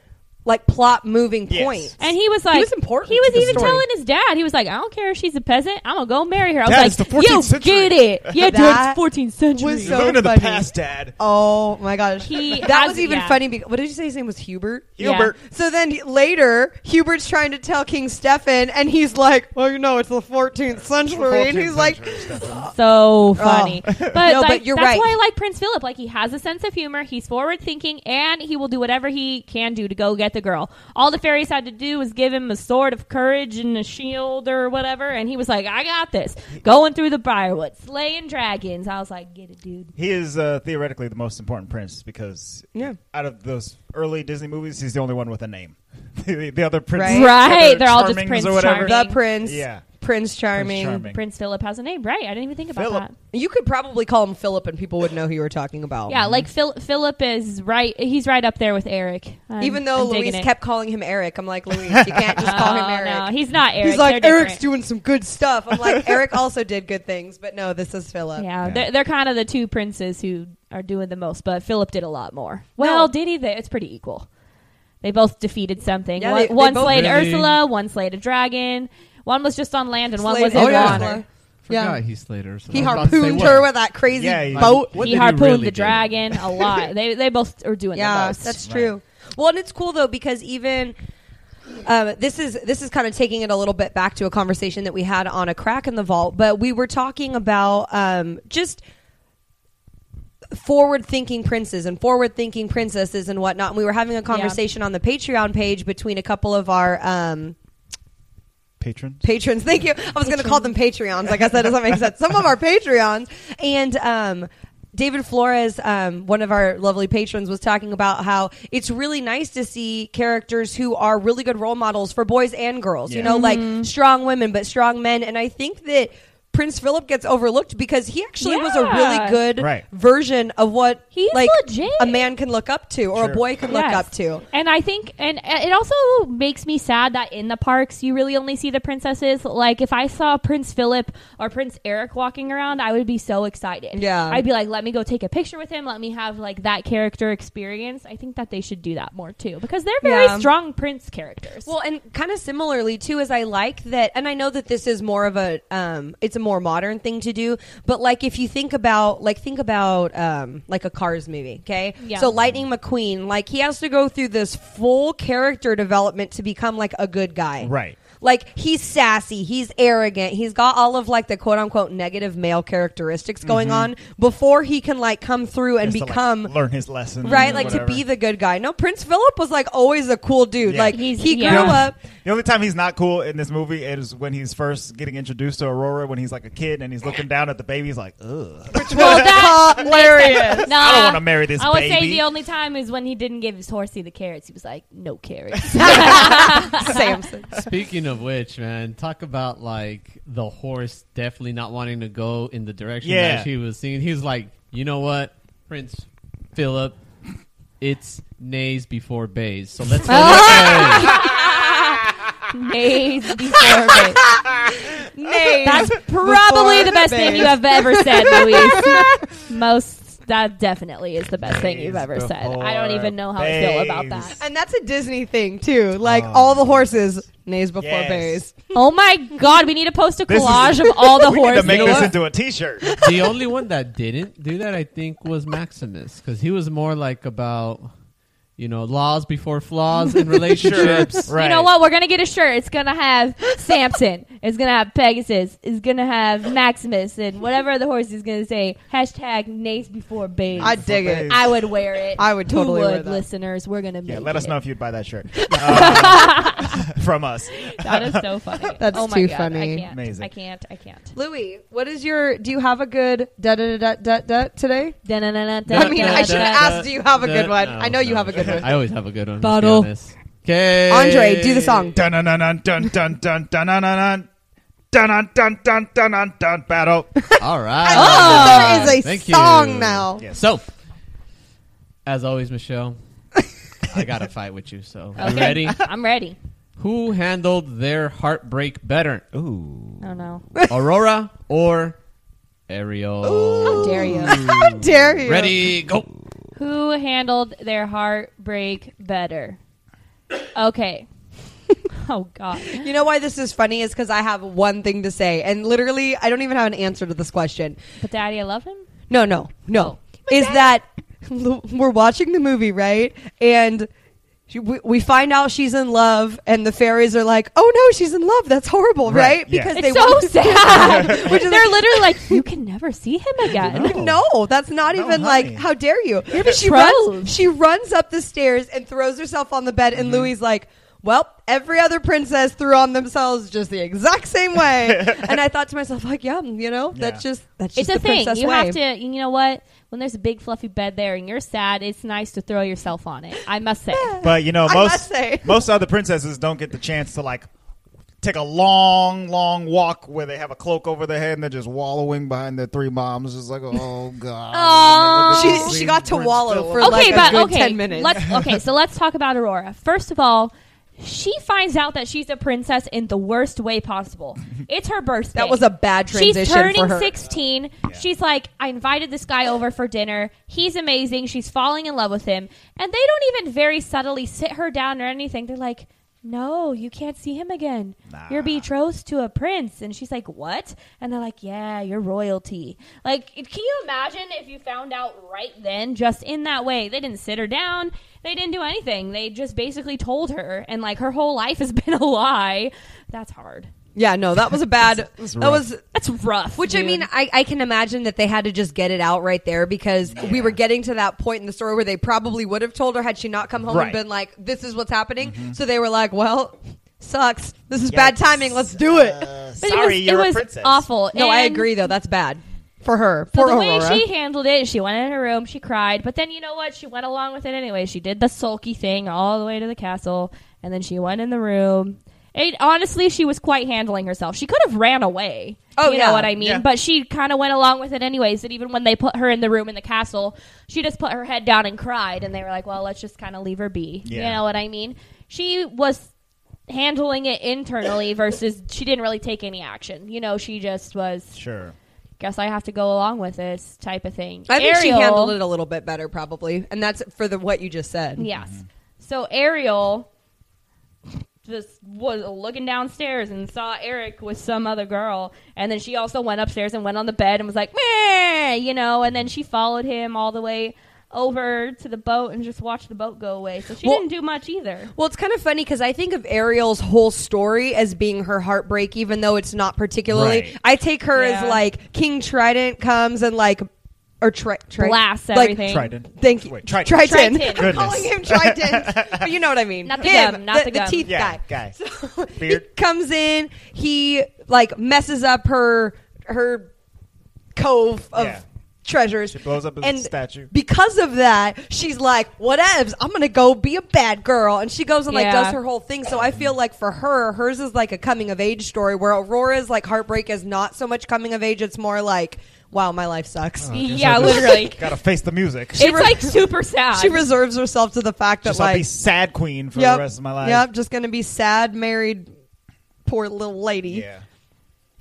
like plot moving Yes. points. And he was like, was important He was to the even story. telling his dad, he was like, I don't care if she's a peasant, I'm gonna go marry her. I was Dad, like, it's the 14th you century." get it, yeah, dad, That it's 14th century. was You're so living in the funny. past, Dad. oh my gosh, He that has- was even yeah. funny. Because, what did you say his name was? Hubert. Yeah. Hubert. So then later, Hubert's trying to tell King Stefan, and he's like, "Oh, you know, it's the 14th century," and he's like, so funny. But Oh. No, like, but you're that's right. why I like Prince Philip. Like he has a sense of humor. He's forward thinking, and he will do whatever he can do to go get the girl. All the fairies had to do was give him a sword of courage and a shield or whatever, and he was like, "I got this." Going through the briarwood, slaying dragons. I was like, "Get it, dude." He is uh, theoretically the most important prince because Yeah. out of those early Disney movies, he's the only one with a name. the, the other prince, Right. the other Right, they're all just Charmings Prince or whatever. Charming. "The prince, Yeah. Prince Charming." Charming. Prince Philip has a name, right? I didn't even think about Philip. that. You could probably call him Philip, and people would know who you were talking about. Yeah, Um, like Phil- Philip is right. He's right up there with Eric. I'm- Even though I'm digging Louise it. kept calling him Eric, I'm like, Louise, you can't just call him Oh, Eric. no, he's not Eric. He's like, They're Eric's different. doing some good stuff. I'm like, Eric also did good things, but no, this is Philip. Yeah, Yeah. They're, they're kind of the two princes who are doing the most, but Philip did a lot more. Well, did he? They- It's pretty equal. They both defeated something. Yeah, one they- they one both- slayed Really? Ursula, one slayed a dragon, one was just on land, and one was Slayed in Oh, yeah. water. Ursula. Forgot Yeah. he slayed her. so He I was about to say, harpooned what- her with that crazy Yeah, he- boat. What he did harpooned really the do? dragon a lot. they they both are doing the Yeah, most. that's true. Well, and it's cool though because even um, this is this is kind of taking it a little bit back to a conversation that we had on a crack in the vault, but we were talking about um, just forward thinking princes and forward thinking princesses and whatnot. And we were having a conversation on the Patreon page between a couple of our. Um, Patron. patrons. Thank you. I was going to call them Patreons. Like I said, it doesn't make sense. Some of our Patreons and um. David Flores, um, one of our lovely patrons, was talking about how it's really nice to see characters who are really good role models for boys and girls. You Yeah. know, like strong women, but strong men. And I think that Prince Philip gets overlooked because he actually was a Yeah. really good Right. version of what He's like legit. a man can look up to or Sure. a boy can look Yes. up to. And I think, and uh, it also makes me sad that in the parks you really only see the princesses. Like if I saw Prince Philip or Prince Eric walking around, I would be so excited. Yeah. I'd be like, let me go take a picture with him. Let me have like that character experience. I think that they should do that more too because they're very Yeah. strong prince characters. Well, and kind of similarly too, is I like that, and I know that this is more of a, um, it's a more modern thing to do, but like if you think about, like think about, um, like a Cars movie, okay? Yeah. So Lightning McQueen, like he has to go through this full character development to become like a good guy, Right. Like he's sassy, he's arrogant, he's got all of like the quote unquote negative male characteristics going on before he can like come through and Mm-hmm. Just to, like, mm, become learn his lesson. right, like to be the good guy. No, Prince Philip was like always a cool dude. Yeah. Like He's- he yeah. grew Yeah. up. The only time he's not cool in this movie is when he's first getting introduced to Aurora when he's like a kid and he's looking down at the baby. He's like, ugh. Well, that- hilarious. Nah, I don't wanna marry this I would say baby. the only time is when he didn't give his horsey the carrots. He was like, no carrots. Samson. Speaking of which, man, talk about like the horse definitely not wanting to go in the direction Yeah. that she was seeing. He was like, you know what, Prince Philip, it's nays before bays, so let's go with bays." Maids before me. That's probably the best thing you have ever said, Louise. Most that definitely is the best thing you've Days ever said. I don't before even know how I feel about days. that. And that's a Disney thing too. Like Oh. all the horses Nays before Yes. berries. Oh my god, we need to post a This is- collage of all the we need to horses. make You know this what? into a T-shirt. the only one that didn't do that, I think, was Maximus because he was more like about you know laws before flaws in relationships. Right. You know what? We're gonna get a shirt. It's gonna have Samson. it's gonna have Pegasus. It's gonna have Maximus and whatever other horse is gonna say. Hashtag Nace before Babe. I dig it. I would wear it. I would Who totally would, wear that. listeners. We're gonna make Yeah, let us it. know if you'd buy that shirt Uh, from us. That is so funny. That's oh my too God, funny. I can't. Amazing. I can't. I can't. Louis, what is your? Do you have a good da da da da da today? Da- I mean, da- I should da- ask, da- do you have a da- good one? no, I know you no. have a good one. I always have a good one. Bottle. Okay, Andre, do the song. Dun dun dun dun dun dun dun dun dun dun dun dun dun dun dun dun dun battle. All right. Oh, there is a Thank song you. now. Yes. So, as always, Michelle, I got to fight with you. So, you Okay. ready? I'm ready. Who handled their heartbreak better, Ooh. Oh no! Aurora or Ariel? How dare you? How dare you? Ready? Go. Who handled their heartbreak better? Okay. oh God. You know why this is funny is because I have one thing to say, and literally, I don't even have an answer to this question. But Daddy, I love him. No, no, Oh. no. Is that we're watching the movie, right? And she, we, we find out she's in love, and the fairies are like, "Oh no, she's in love. That's horrible, Right, right?" yeah. Because It's they so want- sad. Which is- They're literally like, you can never see him again. No, that's not No, even like honey. how dare you? But she betrothed. runs, she runs up the stairs and throws herself on the bed, and Mm-hmm. Louis Louis's like, "Well, every other princess threw on themselves just the exact same way." and I thought to myself, like, "Yeah, you know, that's Yeah. just that's It's just a the thing. princess You way." have to. You know what? When there's a big fluffy bed there and you're sad, it's nice to throw yourself on it. I must say. But you know, I most must say. most other princesses don't get the chance to like take a long, long walk where they have a cloak over their head and they're just wallowing behind their three moms. It's like, oh Aw. god. She- she got to wallow for like. like okay, a but good okay. 10 minutes. Let's, okay, so let's talk about Aurora. First of all, she finds out that she's a princess in the worst way possible. It's her birthday. That was a bad transition She's turning for her. 16. She's like, I invited this guy over for dinner. He's amazing. She's falling in love with him. And they don't even very subtly sit her down or anything. They're like, no, you can't see him again. You're betrothed to a prince. And she's like, what? And they're like, yeah, you're royalty. Like, can you imagine if you found out right then, just in that way? They didn't sit her down. They didn't do anything. They just basically told her. And like, her whole life has been a lie. That's hard. Yeah, no, that was a bad. that was That's rough. Which I dude. mean, I, I can imagine that they had to just get it out right there because we were getting to that point in the story where they probably would have told her had she not come home Right. and been like, "This is what's happening." Mm-hmm. So they were like, "Well, sucks. This is Yikes. bad timing. Let's do it." But sorry, it was, you're it was a princess. awful. no, I And agree though. That's bad for her. So Poor the way Aurora. she handled it, she went in her room, she cried, but then you know what? She went along with it anyway. She did the sulky thing all the way to the castle, and then she went in the room. It, honestly, she was quite handling herself. She could have ran away. Oh, you yeah. know what I mean. Yeah. But she kind of went along with it anyways. And even when they put her in the room in the castle, she just put her head down and cried. And they were like, "Well, let's just kind of leave her be." Yeah. You know what I mean? She was handling it internally versus she didn't really take any action. You know, she just was Sure. guess I have to go along with this type of thing. I think she Ariel- handled it a little bit better, probably, and that's for the what you just said. Yes. So Ariel just was looking downstairs and saw Eric with some other girl, and then she also went upstairs and went on the bed and was like, "Meh," you know, and then she followed him all the way over to the boat and just watched the boat go away. So she Well- didn't do much either. Well, it's kind of funny because I think of Ariel's whole story as being her heartbreak, even though it's not particularly. Right. I take her Yeah. as like King Trident comes and like, or tri- Trident Blast like, everything. Triton. Thank you, Wait, Triton. Triton. Triton. Triton. I'm Goodness. calling him Triton, but you know what I mean. Not the him, gum, not the gum. teeth Yeah, guy. guy. So he Beard. comes in, he like messes up her her cove of. Yeah. Treasures. She blows up his and statue. Because of that, she's like, "Whatevs, I'm gonna go be a bad girl," and she goes and like Yeah. does her whole thing. So I feel like for her, hers is like a coming of age story, where Aurora's like heartbreak is not so much coming of age; it's more like, "Wow, my life sucks." Uh-huh. yeah, literally. Gotta face the music. it's like super sad. She reserves herself to the fact that Just I'll like be sad queen for yep, the rest of my life. Yep, just gonna be sad, married, poor little lady. Yeah.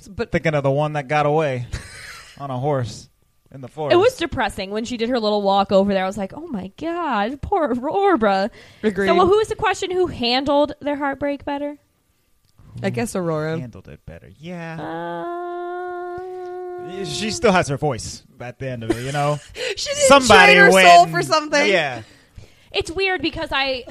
But Thinking of the one that got away on a horse in the forest. It was depressing when she did her little walk over there. I was like, oh my God, poor Aurora. Agreed. So, well, who is the question who handled their heartbreak better? I guess Aurora. handled it better. Yeah. Uh, She still has her voice at the end of it, you know? She didn't Somebody trade her went, soul for something. Yeah. it's weird because I,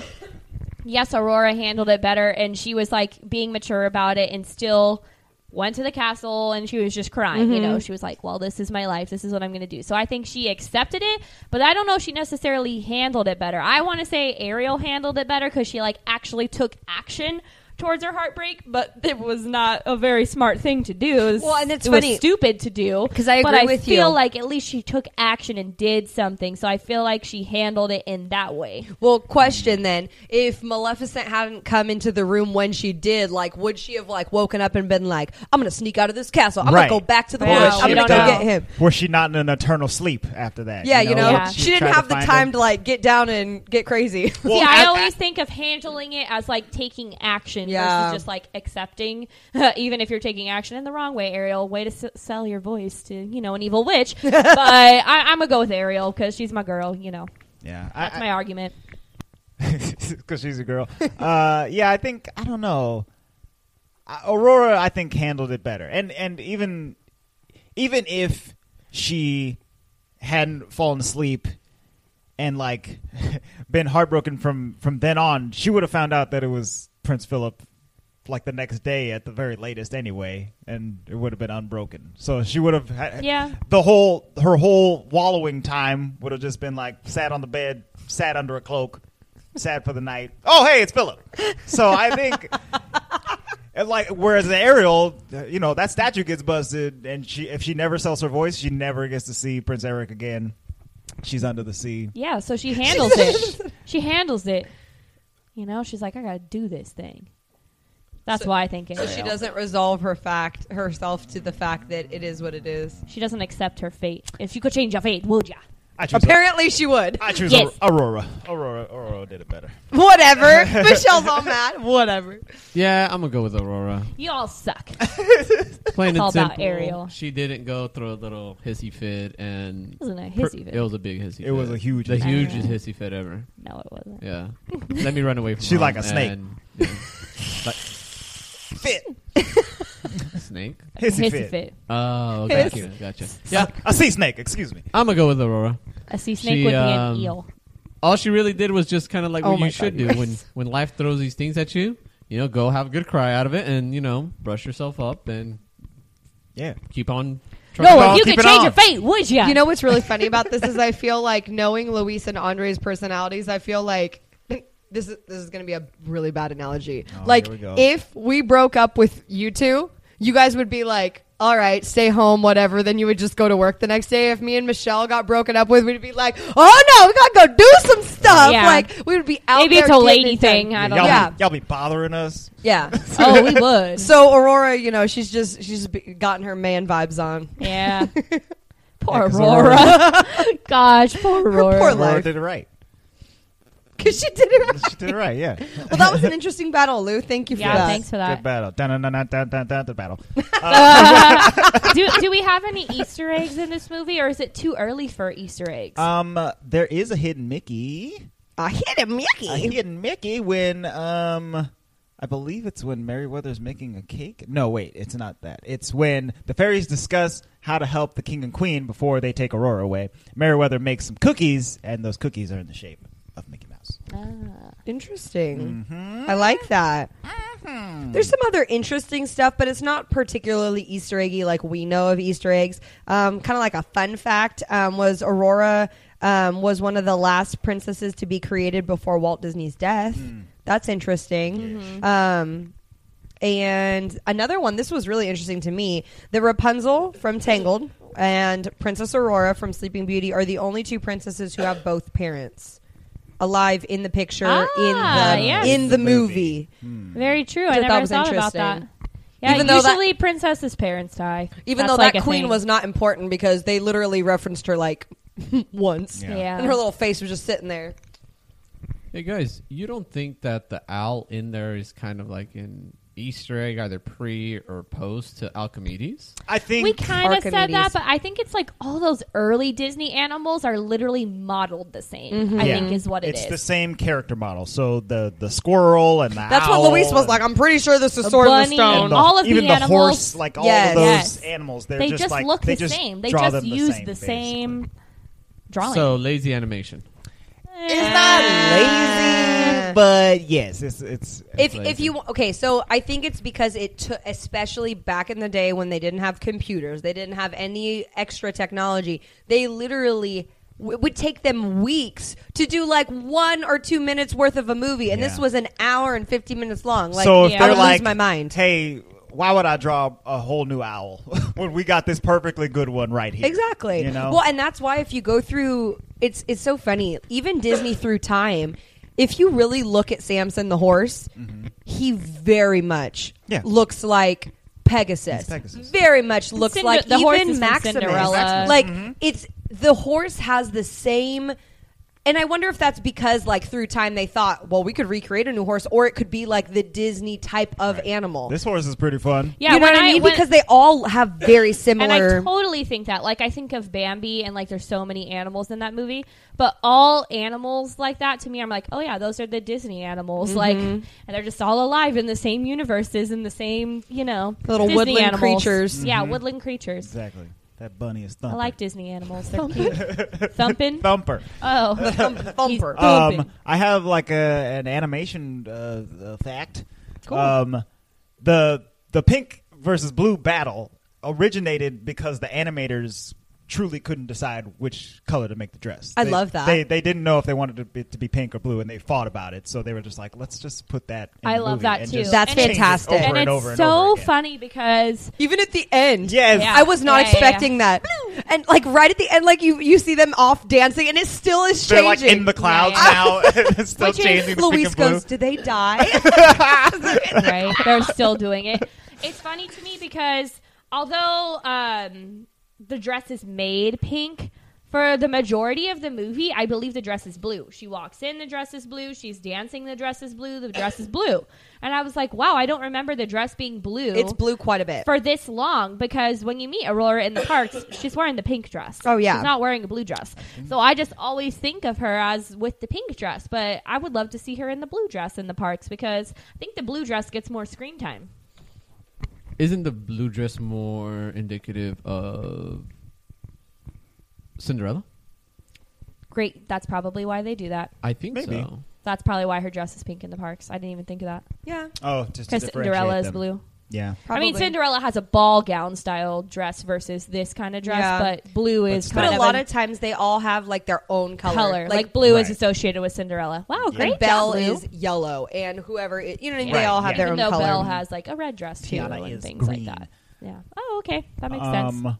yes, Aurora handled it better, and she was like being mature about it, and still went to the castle, and she was just crying. You Mm-hmm. know, she was like, "Well, this is my life. This is what I'm going to do." So I think she accepted it, but I don't know if she necessarily handled it better. I want to say Ariel handled it better because she like actually took action. Towards her heartbreak, but it was not a very smart thing to do. It was- Well, and it's it was funny. stupid to do 'Cause I but agree I with feel you. like at least she took action and did something. So I feel like she handled it in that way. Well, question then: If Maleficent hadn't come into the room when she did, like, would she have like woken up and been like, "I'm gonna sneak out of this castle. I'm Right. gonna go back to the Wow, woods. we I'm gonna don't go know. get him." Were she not in an eternal sleep after that? Yeah, you know, Yeah. she didn't have the time to like get down and get crazy. Well, See, I, I- always I- think of handling it as like taking action Yeah. versus just like accepting, even if you're taking action in the wrong way. Ariel, way to s- sell your voice to you know an evil witch. but I, I'm gonna go with Ariel because she's my girl. You know, Yeah, that's my argument. because she's a girl. Uh, yeah, I think I don't know. Uh, Aurora, I think handled it better, and and even even if she hadn't fallen asleep and like been heartbroken from from then on, she would have found out that it was Prince Philip like the next day at the very latest anyway and it would have been unbroken so she would have had, Yeah. the whole her whole wallowing time would have just been like sat on the bed, sat under a cloak, sat for the night. Oh, hey, it's Philip. So I think, and like, whereas Ariel, uh, you know, that statue gets busted, and she if she never sells her voice, she never gets to see Prince Eric again. She's under the sea. Yeah, so she handles it. She handles it. You know, she's like, I gotta do this thing. That's So- why I think so Ariel. she doesn't resolve her fact herself to the fact that it is what it is. She doesn't accept her fate. If you could change your fate, would ya? I choose. Apparently, she would. I choose Yes. Aur- Aurora. Aurora. Aurora did it better. Whatever. Michelle's all mad. Whatever. Yeah, I'm gonna go with Aurora. You all suck. Plain It's all and about simple. Ariel. She didn't go through a little hissy fit, and wasn't a hissy fit. It was a big hissy. fit. It was a huge the hissy hugest fit. hissy fit ever. no, it wasn't. Yeah, let me run away from. She home like a snake. and- yeah. Like- Fit. snake. Hissy, Hissy fit. fit. Oh, Yes. gotcha, gotcha. Yeah, A sea snake. Excuse me. I'm gonna go with Aurora. A sea snake She, would be um, an eel. All she really did was just kind of like Oh what my you should God, do you're when right. when life throws these things at you. You know, go have a good cry out of it, and you know, brush yourself up and Yeah. keep on. trucking No, on, on. if you keep could it change on. your fate, would ya? You know what's really funny about this is I feel like knowing Luis and Andre's personalities, I feel like this is this is going to be a really bad analogy. Oh, like here we go. if we broke up with you two, you guys would be like, "All right, stay home, whatever." Then you would just go to work the next day. If me and Michelle got broken up with, we'd be like, "Oh no, we got to go do some stuff." Yeah. Like we would be out. maybe there it's a getting lady it done. thing. I don't y'all, know. Yeah. Be, y'all be bothering us. Yeah. Oh, we would. So Aurora, you know, she's just she's be- gotten her man vibes on. yeah. Yeah, Poor 'cause Aurora. Gosh, poor Aurora. poor li- Aurora Life. did it right. Cause she did it. Right. She did it right. Yeah. Well, that was an interesting battle, Lou. Thank you for yeah, that. thanks for Good that. battle. Dun, dun, dun, dun, dun, dun, the battle. do, do we have any Easter eggs in this movie, or is it too early for Easter eggs? Um, uh, there is a hidden Mickey. I hit him, Mickey. A hidden Mickey when um, I believe it's when Merryweather's making a cake. No, wait, it's not that. It's when the fairies discuss how to help the king and queen before they take Aurora away. Merryweather makes some cookies, and those cookies are in the shape of Mickey Mouse. Interesting. I like that. There's some other interesting stuff, but it's not particularly Easter eggy like we know of Easter eggs. Um, kind of like a fun fact um, was Aurora um, was one of the last princesses to be created before Walt Disney's death. That's interesting. Mm-hmm. Um, and another one, this was really interesting to me. The Rapunzel from Tangled and Princess Aurora from Sleeping Beauty are the only two princesses who have both parents alive in the picture Ah, in the yes. in the, The movie. movie. Very true. Which I I thought never was thought about that. interesting. Yeah, Even though that- usually princesses' parents die. Even That's though like that a queen thing. was not important because they literally referenced her like once. Yeah. Yeah. And her little face was just sitting there. Hey guys, you don't think that the owl in there is kind of like in Easter egg either pre or post to Alchemedes? I think We kind of said that, Archimedes. but I think it's like all those early Disney animals are literally modeled the same. Mm-hmm. I Yeah. think is what it it's is. the same character model. So the the squirrel and the That's owl what Luis was and- like. I'm pretty sure this is A Sword in the bunny and Stone. the- all of even the the animals- horse, like all Yes. of those Yes. animals, they're they just, just, like look they the just same. They draw just them the use same, the basically. same drawing. So lazy animation. It's Eh. not lazy, but yes, it's it's If Lazy. if you okay, so I think it's because it took, especially back in the day when they didn't have computers, they didn't have any extra technology. They literally w- it would take them weeks to do like one or two minutes worth of a movie, and this Yeah. was an hour and fifty minutes long. Like, so if yeah. I they're would like, lose my mind. Hey, why would I draw a whole new owl when we got this perfectly good one right here? Exactly. You know. Well, and that's why if you go through, it's it's so funny. Even Disney through time, if you really look at Samson the horse, he very much Mm-hmm. Yeah. looks like. Pegasus. He's Pegasus. very much looks Cinder- like the horse is even from Maximus. Cinderella. Like mm-hmm. it's the horse has the same, and I wonder if that's because like through time they thought, well, we could recreate a new horse, or it could be like the Disney type of animal. this horse is pretty fun. yeah, you know when what I, mean? when- because they all have very similar. and I totally think that. Like I think of Bambi and like there's so many animals in that movie, but all animals like that to me, I'm like, oh yeah, those are the Disney animals. Mm-hmm. Like, and they're just all alive in the same universes in the same, you know, Little Disney woodland animals. creatures. Mm-hmm. Yeah, woodland creatures. Exactly. That bunny is I thumping. like Disney animals. They're cute. Thumping. Thumper. Oh, He's Thumper. thumping. Um, I have like a, an animation uh, uh, fact. Cool. Um, the the pink versus blue battle originated because the animators truly couldn't decide which color to make the dress. I They- love that. They they didn't know if they wanted it to be, to be pink or blue, and they fought about it. So they were just like, let's just put that. In I the love movie that and too. just That's And it's- change it fantastic. over And and, it's over and so over again. funny because Even at the end. Yes. Yeah. I was not Yeah, yeah, expecting that. And like right at the end, like you you see them off dancing and it still is They're changing. like in the clouds Yeah. now. it's still Which is changing. to pink Luis and blue. goes, did they die? right? They're still doing it. It's funny to me because although um, the dress is made pink for the majority of the movie, I believe the dress is blue. She walks in, the dress is blue. She's dancing, the dress is blue. The dress is blue. And I was like, wow, I don't remember the dress being blue. it's blue quite a bit. For this long, because when you meet Aurora in the parks, she's wearing the pink dress. Oh, yeah. she's not wearing a blue dress. So I just always think of her as with the pink dress. But I would love to see her in the blue dress in the parks because I think the blue dress gets more screen time. Isn't the blue dress more indicative of Cinderella? Great, that's probably why they do that. I think Maybe. so. That's probably why her dress is pink in the parks. I didn't even think of that yeah. Oh, just to because differentiate Cinderella is them. blue. Yeah. I mean, Cinderella has a ball gown style dress versus this kind of dress, Yeah. but blue is still. But kind a of lot an of times they all have like their own color. color. Like, blue is Right. associated with Cinderella. Wow, Yeah. great. and Belle job, Blue. is yellow and whoever it, you know what I mean? Right, they all have yeah. their Even own though color. Belle has like a red dress too Tiana and is things green. like that. Yeah. Oh, okay, that makes sense. Um,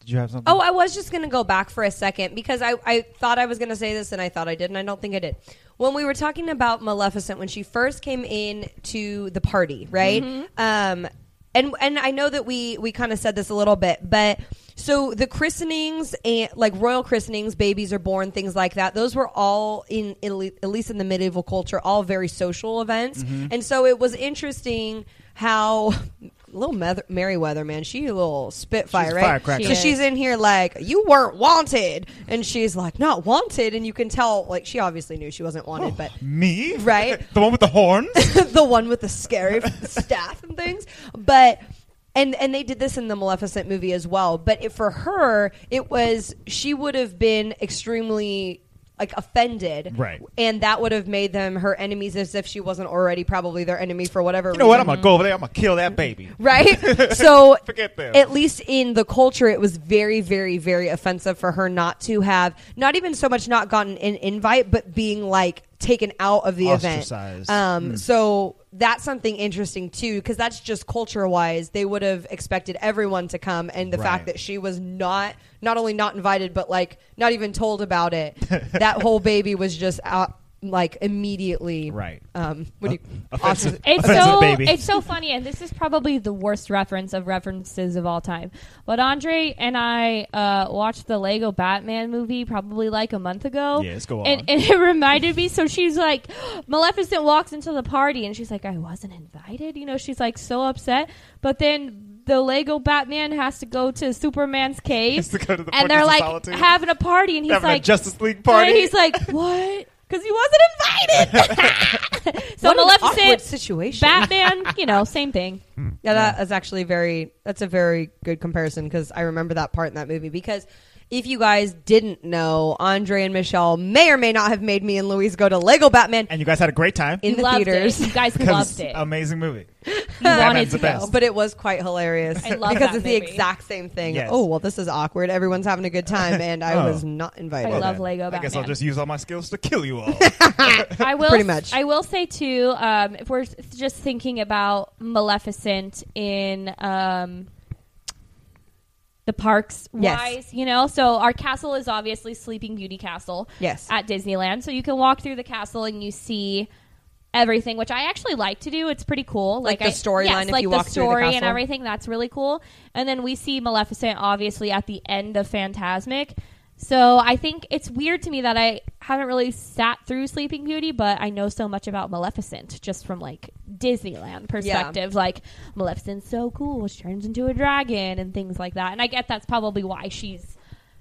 did you have something? Oh, I was just going to go back for a second because I, I thought I was going to say this and I thought I did and I don't think I did. When we were talking about Maleficent when she first came in to the party, right? Mm-hmm. Um, and and I know that we we kind of said this a little bit, but so the christenings and like royal christenings, babies are born, things like that. Those were all in Italy, at least in the medieval culture, all very social events, Mm-hmm. and so it was interesting how. Little Mer- Merryweather, man, she a little spitfire, She's a right? firecracker. So She she's is. in here like you weren't wanted and she's like not wanted and you can tell like she obviously knew she wasn't wanted but Me? Right. the one with the horns? the one with the scary staff and things but and and they did this in the maleficent movie as well but it, for her it was she would have been extremely like offended Right. and that would have made them her enemies as if she wasn't already probably their enemy for whatever You know what? reason. I'm going to go over there. I'm going to kill that baby. right? So Forget them. At least in the culture, it was very, very, very offensive for her not to have not even so much not gotten an invite, but being like taken out of the event. Ostracized. Mm. Um, so that's something interesting too, because that's just culture wise. They would have expected everyone to come, and the fact Right. that she was not not only not invited, but like not even told about it. that whole baby was just out. like immediately. Right. Uh, Um, when you offensive- ostracize- It's Offensive so baby. it's so funny, and this is probably the worst reference of references of all time. But Andre and I uh, watched the Lego Batman movie probably like a month ago. Yes, go on. And, and it reminded me. So she's like, Maleficent walks into the party, and she's like, I wasn't invited. You know, she's like so upset. But then the Lego Batman has to go to Superman's cave, Has to go to the Fortress and they're of like Solitude. having a party, and he's Having a like Justice League party. and he's like, what? Because he wasn't invited. so What an awkward Maleficent situation. Batman, you know, same thing. Yeah, that is actually very. That's a very good comparison because I remember that part in that movie. Because if you guys didn't know, Andre and Michelle may or may not have made me and Louise go to Lego Batman and you guys had a great time. in You the loved theaters. um, It. You guys Because loved it. Amazing movie. you wanted Batman's to the best. go. But it was quite hilarious I love because that it's the movie. exact same thing. Yes. Oh well, this is awkward. Everyone's having a good time, and I Oh. was not invited. I love then, Lego I guess I'll Batman. just use all my skills to kill you all. I will Pretty much. I will say too. Um, if we're just thinking about Maleficent in um, the parks, Yes. wise, you know, so our castle is obviously Sleeping Beauty Castle. Yes. at Disneyland, so you can walk through the castle and you see everything, which I actually like to do. It's pretty cool. Like the I- storyline yes, if like you the walk through the story and castle. everything. That's really cool. And then we see Maleficent obviously at the end of Phantasmic. So I think it's weird to me that I haven't really sat through Sleeping Beauty, but I know so much about Maleficent just from like Disneyland perspective. Like Maleficent's so cool; she turns into a dragon and things like that. And I get that's probably why she's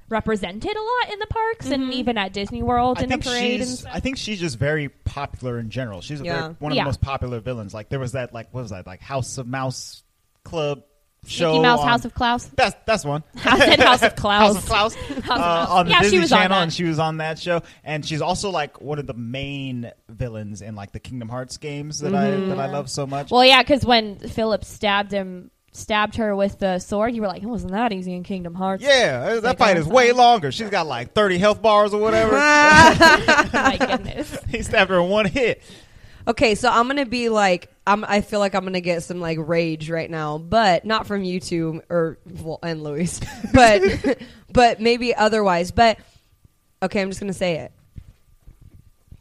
represented a lot in the parks and even at Disney World I in the think parade. And she's. I think she's just very popular in general. She's a very- Yeah. one of Yeah. the most popular villains. Like there was that. Like what was that? Like House of Mouse Club show. Mickey Mouse on- House of Klaus. That's that's one. I said House of Klaus. House of Klaus of uh, Klaus. on the Yeah, she Disney was on Channel, that. and she was on that show. And she's also like one of the main villains in like the Kingdom Hearts games that I that I love so much. Well, yeah, because when Philip stabbed him, stabbed her with the sword, you were like, "It wasn't that easy in Kingdom Hearts." yeah, that Like, fight is I'm way fine. longer. She's got like thirty health bars or whatever. My goodness. he stabbed her in one hit. Okay, so I'm gonna be like, I'm, I feel like I'm gonna get some like rage right now, but not from you two or well, and Louis, but but maybe otherwise. But okay, I'm just gonna say it.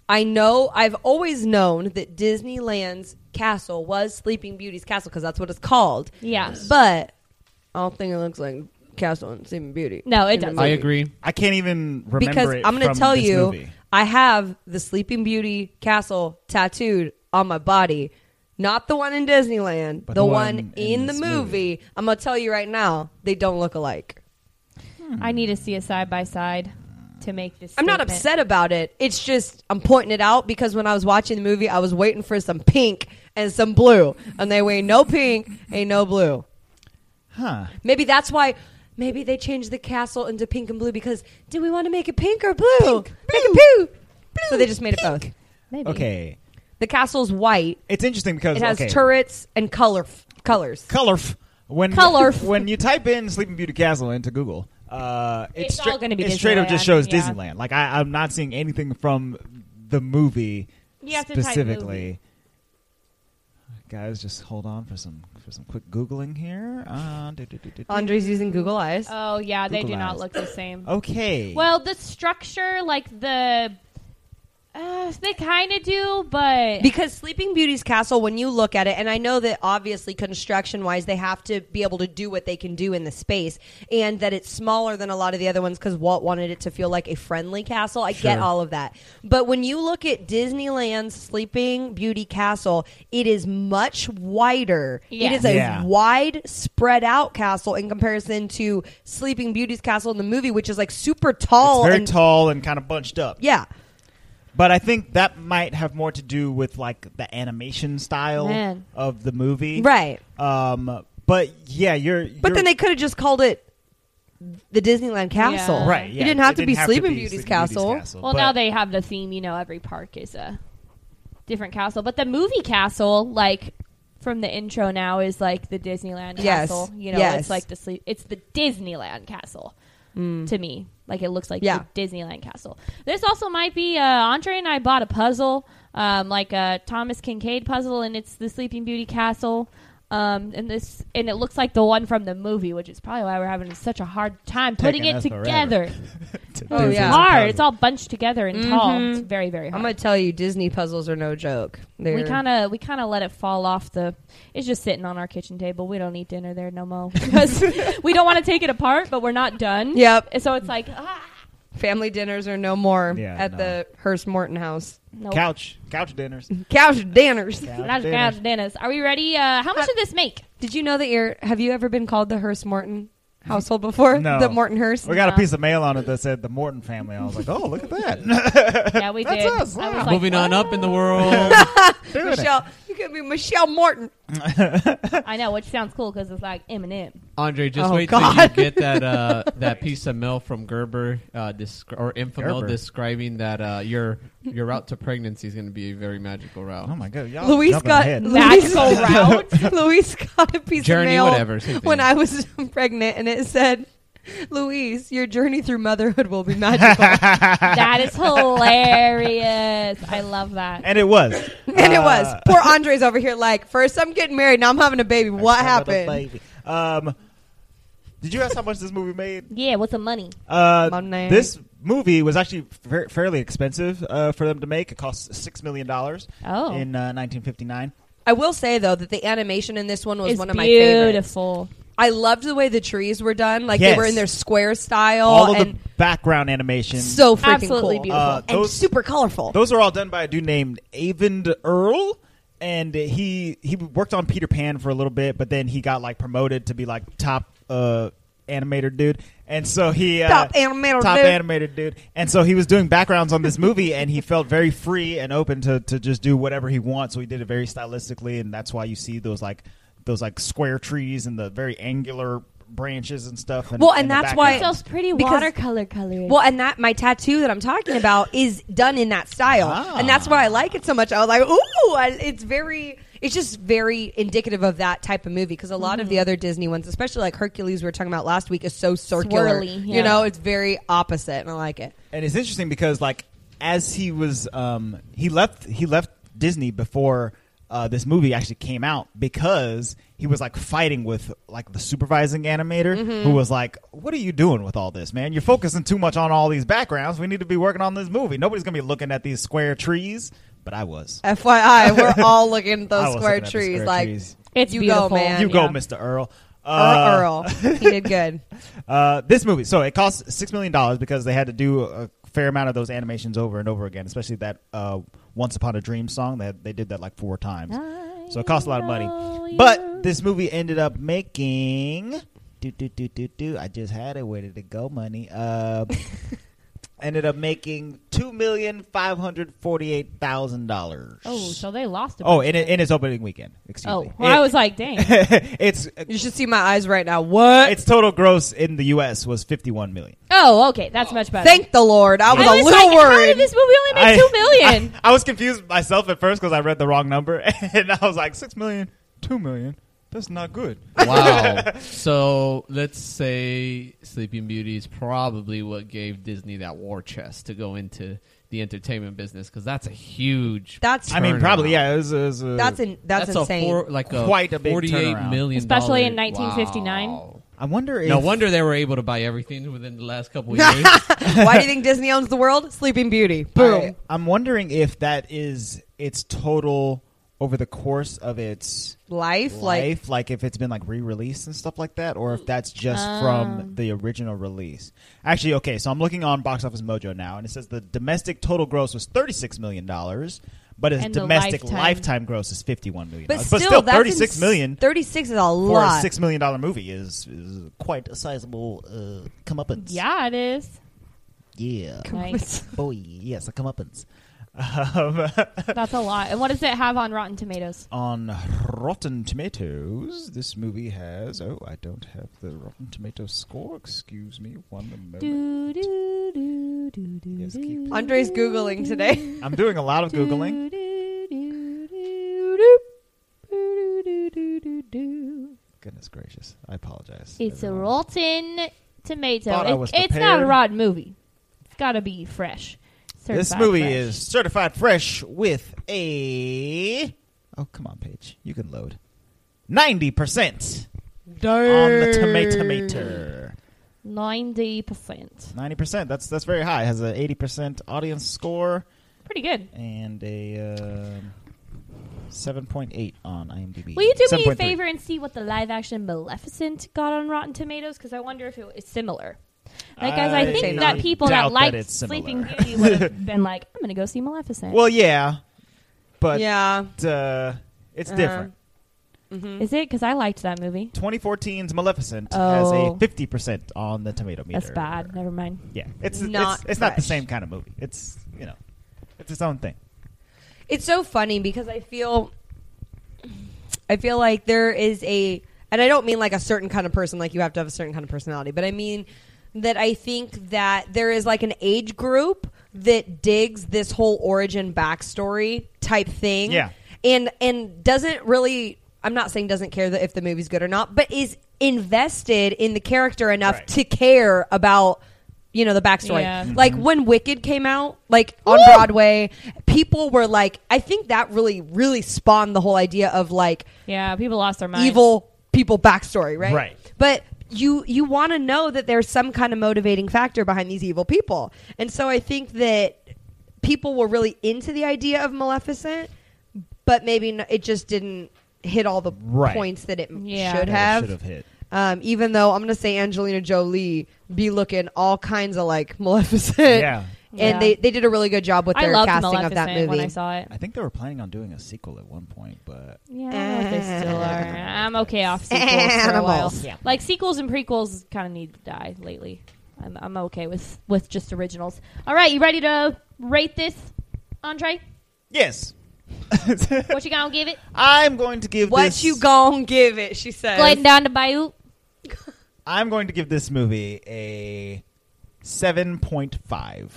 I know I've always known that Disneyland's castle was Sleeping Beauty's castle because that's what it's called. Yeah. but I don't think it looks like castle in Sleeping Beauty. No, it In the doesn't. I movie. agree. I can't even remember because it I'm gonna from tell this you, movie. I have the Sleeping Beauty castle tattooed on my body. Not the one in Disneyland, But the the one, one in, in the this movie. movie. I'm gonna tell you right now, they don't look alike. I need to see a side by side to make this. I'm not statement. upset about it. It's just I'm pointing it out because when I was watching the movie, I was waiting for some pink and some blue, and they ain't no pink, ain't no blue. Huh. Maybe that's why. Maybe they changed the castle into pink and blue because do we want to make it pink or blue? make it blue. So they just made it both. Maybe. Okay. The castle's white. It's interesting because It has okay, turrets and color colors. Colorf. When Colorf. when you type in Sleeping Beauty Castle into Google, uh, it's, It's stra- all gonna be it straight up just Disneyland, shows yeah. Disneyland. Like I, I'm not seeing anything from the movie You have to type specifically. Guys, just hold on for some for some quick googling here. Uh, do, do, do, do, do. Um, Andre's using Google Eyes. Oh yeah, they do Google not eyes. look the same. Okay. Well, the structure, like the, uh, they kind of do, but because Sleeping Beauty's castle, when you look at it, and I know that obviously construction wise, they have to be able to do what they can do in the space, and that it's smaller than a lot of the other ones because Walt wanted it to feel like a friendly castle. I get Sure. all of that. But when you look at Disneyland's Sleeping Beauty castle, it is much wider. Yeah. It is a Yeah. wide, spread out castle in comparison to Sleeping Beauty's castle in the movie, which is like super tall. it's very and, tall and kind of bunched up. Yeah. But I think that might have more to do with like the animation style Man. of the movie, Right. Um, but yeah, you're. But you're- then they could have just called it the Disneyland Castle. Yeah. Right, Right. It didn't have to be Sleeping Beauty's Castle. well, now they have the theme. You know, every park is a different castle, but the movie castle, like from the intro now, is like the Disneyland Yes. castle. You know, Yes. Mm. it's like the sleep. It's the Disneyland castle to me. Like it looks like Yeah. the Disneyland castle. This also might be uh, Andre and I bought a puzzle, um, like a Thomas Kincaid puzzle, and it's the Sleeping Beauty castle. Um, and this and it looks like the one from the movie, which is probably why we're having such a hard time putting Taking it us forever. together. Oh, it's yeah. hard. It's all bunched together and tall. It's very very Mm-hmm. I'm hard. gonna tell you, Disney puzzles are no joke. They're, we kind of we kind of let it fall off the. It's just sitting on our kitchen table. We don't eat dinner there no more because we don't want to take it apart, but we're not done. Yep. And so it's like ah, family dinners are no more Yeah, at no. the Hearst Morton house. no. Couch, couch dinners. Couch dinners. Not dinners. couch dinners. Are we ready? Uh, how much did this make? Did you know that you're? Have you ever been called the Hearst Morton household before? No. The Morton Hearst. We got a No. piece of mail on it that said the Morton family. I was like, oh, look at that. Yeah, we That's did. us. I was Wow. like, Moving on what? up in the world. Doing it. Michelle. You could be Michelle Morton. I know, which sounds cool because it's like Eminem. Andre, just Oh, wait till you God. get that uh, that piece of mail from Gerber uh, descri- or Infamil Gerber. describing that uh, your your route to pregnancy is going to be a very magical route. Oh my god, y'all Luis jumping got ahead. Luis, Magical route. Luis got a piece Journey, of mail whatever, same thing. when I was pregnant, and it said, "Luis, your journey through motherhood will be magical." That is hilarious. I love that. and it was. and it Uh, was. Poor Andre's over here, like, first I'm getting married, now I'm having a baby. What I have a happened? baby. Um, did you ask how much this movie made? Yeah, what's the money? Uh, Money. this movie was actually fa- fairly expensive uh, for them to make. It cost six million dollars Oh. in uh, 1959. I will say though that the animation in this one was It's one of my favorites. beautiful. I loved the way the trees were done, like they Yes. were in their square style All of the Oh, and background animation. so freaking Absolutely cool. beautiful. Uh, and those- super colorful. Those are all done by a dude named Avond Earl, and he he worked on Peter Pan for a little bit, but then he got like promoted to be like top uh, animator dude, and so he uh, Top animator top dude. animator dude, and so he was doing backgrounds on this movie, and he felt very free and open to to just do whatever he wants. So he did it very stylistically, and that's why you see those like those like square trees and the very angular branches and stuff. Well, and the that's why- background. Those pretty Because- watercolor colors. well, and that my tattoo that I'm talking about is done in that style, Ah. and that's why I like it so much. I was like, ooh, I, it's very, it's just very indicative of that type of movie because a lot of Mm-hmm. the other Disney ones, especially like Hercules, we were talking about last week, is so circular. Swirly, You yeah. know, it's very opposite, and I like it. and it's interesting because like as he was um he left he left disney before uh, this movie actually came out because he was like fighting with like the supervising animator who was like what are you doing with all this man you're focusing too much on all these backgrounds we need to be working on this movie nobody's gonna be looking at these square trees but i was FYI, we're all looking at I those was square looking at the trees. square like trees. It's you beautiful. go, man. you yeah. go mr earl Uh, Earl, Earl. he did good. Uh, this movie. So it cost six million dollars because they had to do a fair amount of those animations over and over again, especially that uh, "Once Upon a Dream" song. That they did that like four times, so it cost a lot of know money. you. But this movie ended up making. Do do do do do. I just had it. Where did it go? Money. Uh, ended up making two million five hundred forty-eight thousand dollars. oh, so they lost. A Oh, bunch in, then. in its opening weekend. Excuse oh, me. well, I was like, dang. it's You should see my eyes right now. What? its total gross in the U.S. was fifty-one million. oh, okay, that's much better. Thank the Lord. I was I a was little like, How worried. did this movie only make two million? I, I was confused myself at first because I read the wrong number, and I was like, six million, two million. That's not good. wow. So let's say Sleeping Beauty is probably what gave Disney that war chest to go into the entertainment business because that's a huge. That's I mean, probably turnaround. yeah. It was, it was, uh, that's in, that's, That's insane. a four, like a Quite a big forty-eight turnaround. million, Especially in dollar- 1959. Wow. I wonder. If, No wonder they were able to buy everything within the last couple of years. Why do you think Disney owns the world? Sleeping Beauty. Boom. I, I'm wondering if that is its total over the course of its life, like Mm, life, like if it's been like re-released and stuff like that, or if that's just Um. from the original release. Actually, okay, so I'm looking on Box Office Mojo now, and it says the domestic total gross was 36 million dollars, but its And the domestic lifetime- lifetime. gross is 51 million. but dollars. still, still that's 36 ins- million 36 is a for lot. a six million dollar movie is, is quite a sizable uh, comeuppance. Yeah, it is. yeah, Nice. boy, yes, a comeuppance. Um, That's a lot. And what does it have on Rotten Tomatoes? on Rotten Tomatoes, this movie has. Oh, I don't have the Rotten Tomatoes score. Excuse me one moment. Do, do, do, do, do, Yes, do, keep- Andre's googling today. I'm doing a lot of do, googling. do, do, do, do, do, do, do, do, do. Goodness gracious, I apologize. It's a everyone. Rotten Tomato. Thought I was It- it's not a prepared. rotten movie. It's got to be fresh. This Certified movie fresh. is certified fresh with a. Oh come on, Paige, you can load. ninety percent on the tomato meter. Ninety percent. Ninety percent. That's that's very high. It has an eighty percent audience score Pretty good. and a um seven point eight on IMDb. Will you do me a 7.3. favor and see what the live action Maleficent got on Rotten Tomatoes? Because I wonder if it is similar. Like, guys, I, I doubt think that people that that liked it's similar. Sleeping Beauty would have been like, I'm going to go see Maleficent. Well, yeah, but yeah. uh, it's Uh-huh. different. is it? Because I liked that movie. 2014's Maleficent has Oh. a 50% on the tomato meter. That's bad. Never mind. Yeah. It's Not it's, it's not the fresh. same kind of movie. It's, you know, it's its own thing. It's so funny because I feel I feel like there is a and I don't mean like a certain kind of person like you have to have a certain kind of personality, but I mean that I think that there is like an age group that digs this whole origin backstory type thing. Yeah. And and doesn't really I'm not saying doesn't care that if the movie's good or not, but is invested in the character enough Right. to care about you know the backstory. Yeah. Mm-hmm. Like when Wicked came out, like on Woo! Broadway, people were like, I think that really, really spawned the whole idea of like Yeah, people lost their minds. evil people backstory, right? Right. But you you want to know that there's some kind of motivating factor behind these evil people, and so I think that people were really into the idea of Maleficent, but maybe n it just didn't hit all the Right. points that it Yeah. should That it have. should have hit. Um, even though I'm gonna say Angelina Jolie be looking all kinds of like Maleficent, Yeah. and Yeah. They, they did a really good job with I their loved casting Maleficent of that movie. when I saw it. I think they were planning on doing a sequel at one point, but Yeah, I don't know if they still are. I'm okay off sequels for a while. Animals. Yeah. Like sequels and prequels kind of need to die lately. I'm, I'm okay with with just originals. All right, you ready to rate this, Andre? yes. What you gonna give it? I'm going to give what this you gon' give it? She says. Gliding down to Bayou. I'm going to give this movie a 7.5.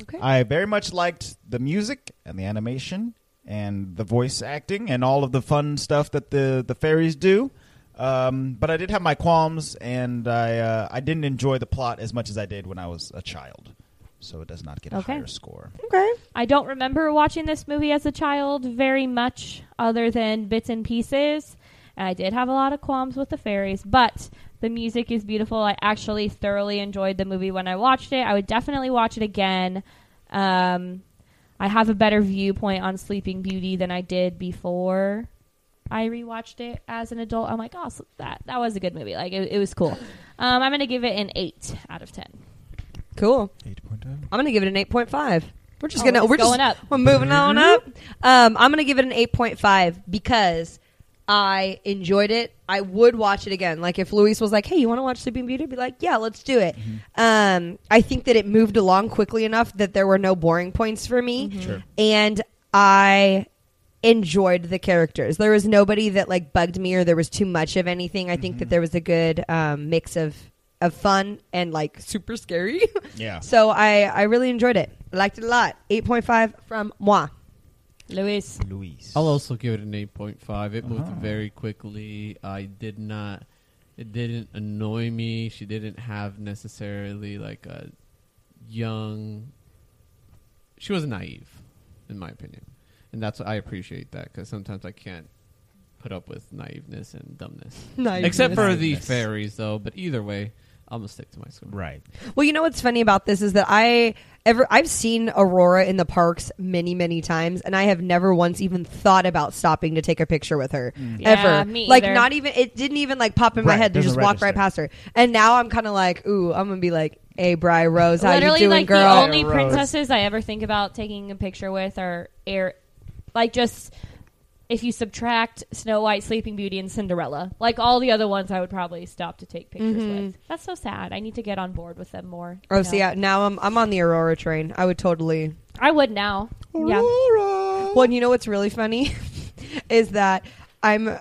Okay. I very much liked the music and the animation and the voice acting and all of the fun stuff that the the fairies do. Um, but I did have my qualms, and I uh, I didn't enjoy the plot as much as I did when I was a child. So it does not get a Okay. higher score. okay. I don't remember watching this movie as a child very much, other than bits and pieces. And I did have a lot of qualms with the fairies, but the music is beautiful. I actually thoroughly enjoyed the movie when I watched it. I would definitely watch it again. Um, I have a better viewpoint on Sleeping Beauty than I did before I rewatched it as an adult. I'm like, oh, so that that was a good movie. Like, it, it was cool. Um, I'm gonna give it an eight out of ten. Cool. 8.0. I'm gonna give it an 8.5. We're just Oh, gonna it's we're going up. just we're moving on up. Um, I'm gonna give it an 8.5 because I enjoyed it. I would watch it again. Like if Luis was like, "Hey, you want to watch Sleeping Beauty?" I'd be like, "Yeah, let's do it." Mm-hmm. Um, I think that it moved along quickly enough that there were no boring points for me, Mm-hmm. Sure. and I enjoyed the characters. There was nobody that like bugged me or there was too much of anything. I Mm-hmm. think that there was a good um, mix of of fun and like super scary. Yeah. So I, I really enjoyed it. I liked it a lot. 8.5 from moi. Luis, Luis. I'll also give it an 8.5. It moved Oh. very quickly. I did not. It didn't annoy me. She didn't have necessarily like a young. She was naive, in my opinion, and that's I appreciate that because sometimes I can't put up with naiveness and dumbness. Naiveness. Except for the Naiveness. fairies, though. But either way, I'm gonna stick to my score. Right. Well, you know what's funny about this is that I ever I've seen Aurora in the parks many, many times and I have never once even thought about stopping to take a picture with her ever. Yeah, me like either. not even it didn't even like pop in my Mm. Right, head to doesn't just walk right register. past her. And now I'm kind of like, "Ooh, I'm going to be like, "Hey, Bri Rose, how literally you doing, like girl?" the only Rose. princesses I ever think about taking a picture with are air, like just if you subtract Snow White, Sleeping Beauty, and Cinderella, like all the other ones, I would probably stop to take pictures with. That's so sad. I need to get on board with them more. you Mm-hmm. Oh, know? see, yeah, now I'm I'm on the Aurora train. I would totally I would now. Yeah, Aurora. Well, and you know what's really funny is that I'm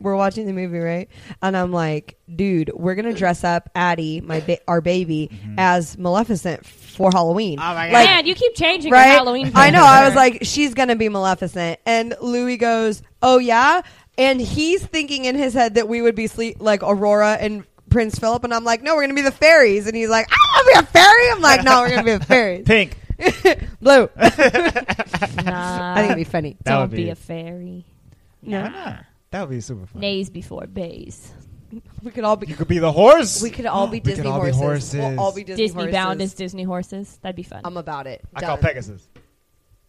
we're watching the movie, right? And I'm like, dude, we're gonna dress up Addie, my ba- our baby, as Maleficent for Halloween. Mm-hmm. Oh my God. Like, man, you keep changing right? your Halloween. I know. I was picture. like, she's gonna be Maleficent, and Louis goes, "Oh yeah," and he's thinking in his head that we would be sleep like Aurora and. Prince Philip and I'm like, no, we're gonna be the fairies, and he's like, I want to be a fairy. I'm like, no, we're gonna be the fairies. Pink. Blue. I nah, think it'd be funny. That don't would be. be- a fairy. Ah. Why not? That would be super fun. Nays before bays. We could all be. You could be the horse. We could all be We could Disney all be horses. horses. We'll all be Disney, Disney, bound horses. as Disney horses. That'd be fun. I'm about it. I call Done. Pegasus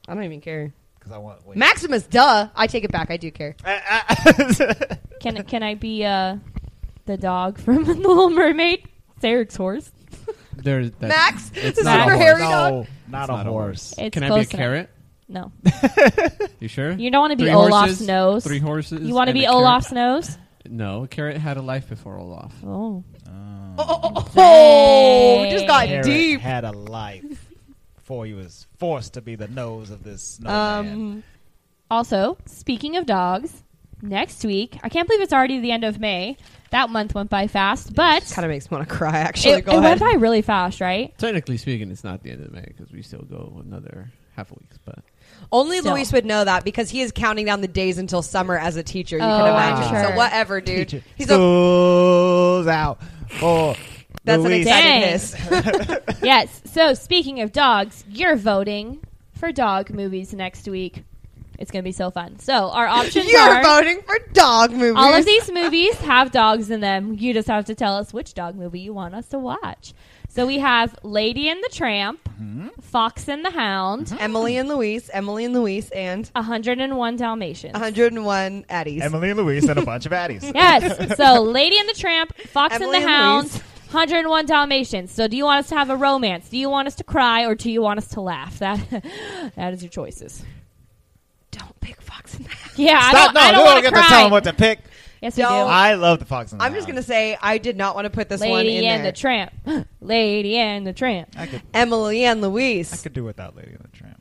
I don't even care. because I want. Wait. Maximus, duh. I take it back. I do care. Eh, can can I be uh, the dog from The Little Mermaid? It's Eric's horse. There, that's, Max, it's this not a is for horse. Harry no, Dog. not It's a not a horse. It's Can I be a close enough. carrot? No, You sure? you don't want to be Three Olaf's horses, nose. Three horses. you want to and be a carrot. Olaf's nose? No, a carrot had a life before Olaf. Oh, Oh, oh, oh, oh, Dang. just got Carrot deep. had a life before he was forced to be the nose of this snowman. Um, Also, speaking of dogs, next week, I can't believe it's already the end of May. That month went by fast, but kind of makes me want to cry. Actually, it, go it ahead. went by really fast, right? Technically speaking, it's not the end of May because we still go another half a week. But Only Still. Luis would know that because he is counting down the days until summer as a teacher. You Oh, can imagine. I'm sure. So whatever, dude. Teacher, He's a schools out for that's an Luis. Dang. excitedness. yes. So, speaking of dogs, you're voting for dog movies next week. It's going to be so fun. So, our options You're are voting for dog movies. all of these movies have dogs in them. You just have to tell us which dog movie you want us to watch. So, we have Lady and the Tramp, Fox and the Hound, Emily and Luis, Emily and Luis, and 101 Dalmatians. 101 Addies. Emily and Louise and a bunch of Addies. Yes. So, Lady and the Tramp, Fox Emily and the and Hound, Louise. 101 Dalmatians. So, do you want us to have a romance? Do you want us to cry, or do you want us to laugh? That that is your choices. Don't pick Fox in that. Yeah, Stop! I don't, I no, don't we want don't get cry. to tell them what to pick. yes, we do. Don't. I love the Fox and the I'm just Hound. gonna say I did not want to put this one in Lady and there. the Tramp. Lady and the Tramp. I could, Emily and Luis. I could do without Lady and the Tramp.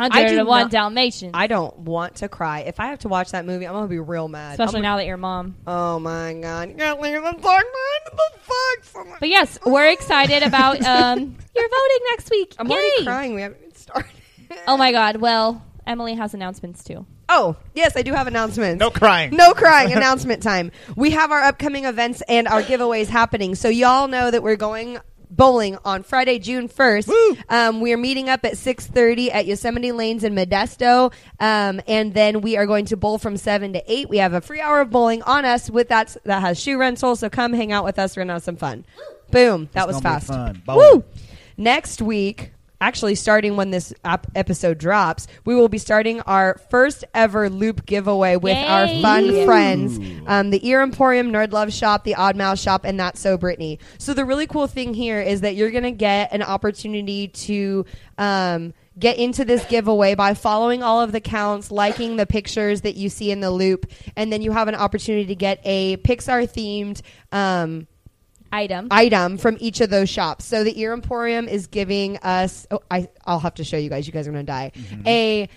I do 101 not- Dalmatians. I don't want to cry. If I have to watch that movie, I'm gonna be real mad. especially I'm now that you're mom. gonna- oh my god! You gotta leave the dog behind the fox. I'm like- But yes, we're excited about um, your voting next week. I'm Yay! already crying. We haven't even started. Oh my God. Well, Emily has announcements too. Oh yes, I do have announcements. No crying. No crying. Announcement time. We have our upcoming events and our giveaways happening. So y'all know that we're going bowling on Friday, June first. Woo! Um, we are meeting up at six thirty at Yosemite Lanes in Modesto, um, and then we are going to bowl from seven to eight. We have a free hour of bowling on us with that that has shoe rental. So come hang out with us. We're gonna have some fun. Boom! That It's was gonna fast. be fun. Bowling. Woo! Next week, actually starting when this ap- episode drops, we will be starting our first ever loop giveaway with Yay. our fun Ooh. friends, um, the Ear Emporium, Nerd Love Shop, the Odd Mouse Shop, and that's so Brittany. So the really cool thing here is that you're gonna get an opportunity to. Um, Get into this giveaway by following all of the counts, liking the pictures that you see in the loop, and then you have an opportunity to get a Pixar themed um, Item. item from each of those shops. So the Ear Emporium is giving us. Oh, I I'll have to show you guys. You guys are gonna die. Mm-hmm. A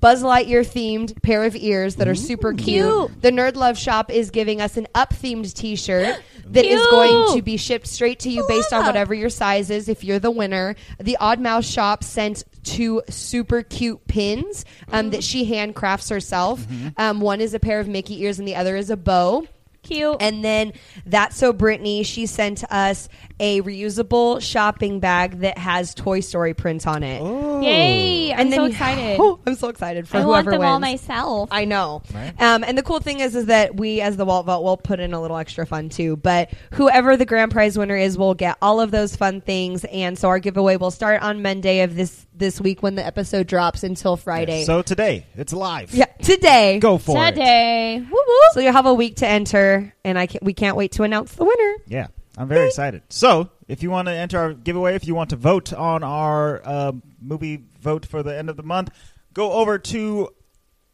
Buzz Lightyear themed pair of ears that are super cute. Cute. The Nerd Love Shop is giving us an up themed t shirt that is Cute. going to be shipped straight to you based on Love. whatever your size is if you're the winner. The Odd Mouse Shop sent two super cute pins um, Mm. that she handcrafts herself. Mm-hmm. Um, one is a pair of Mickey ears and the other is a bow. Cute. And then that's so Brittany, she sent us a reusable shopping bag that has Toy Story prints on it. Yay. Oh, I'm and then so you- excited. Oh, I'm so excited for I whoever want them wins. all myself. I know. Right. Um, and the cool thing is, is that we, as the Walt Vault, will put in a little extra fun too. But whoever the grand prize winner is, will get all of those fun things. And so our giveaway will start on Monday of this this week when the episode drops until Friday. So today, it's live. yeah, today. Go for it. Today. Woo woo. So you'll have a week to enter, and I can, we can't wait to announce the winner. Yeah, I'm very excited. So, if you want to enter our giveaway, if you want to vote on our uh, movie vote for the end of the month, go over to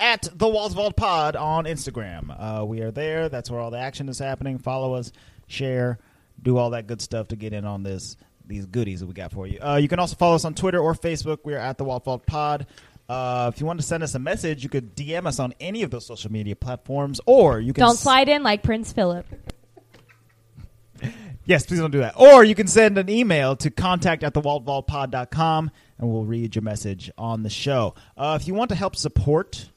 at the Walls Vault Pod on Instagram. Uh, we are there. That's where all the action is happening. Follow us, share, do all that good stuff to get in on this these goodies that we got for you. Uh, you can also follow us on Twitter or Facebook. We are at the Walt Vault Pod. Uh, if you want to send us a message, you could DM us on any of those social media platforms, or you can Don't s- slide in like Prince Philip. Yes, please don't do that. Or you can send an email to contact at thewaldvaultpod.com and we'll read your message on the show. Uh, if you want to help support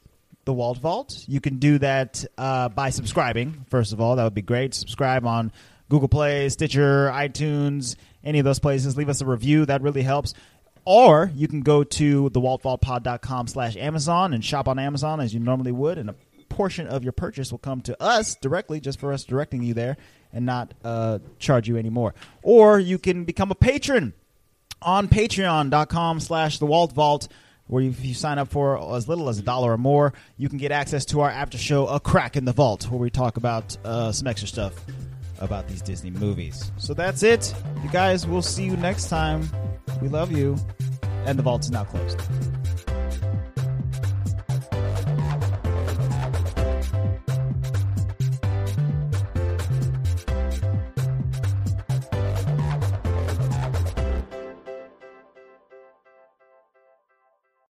the Wald Vault, you can do that uh, by subscribing, first of all. That would be great. Subscribe on Google Play, Stitcher, iTunes, any of those places. Leave us a review. That really helps. Or you can go to thewaltvaultpod.com slash Amazon and shop on Amazon as you normally would. And of portion of your purchase will come to us directly, just for us directing you there, and not uh, charge you anymore. Or you can become a patron on patreon.com slash the Walt Vault, where if you sign up for as little as a dollar or more, you can get access to our after show, A Crack in the Vault, where we talk about uh, some extra stuff about these Disney movies. So that's it. You guys, we'll see you next time. We love you. And the vault is now closed.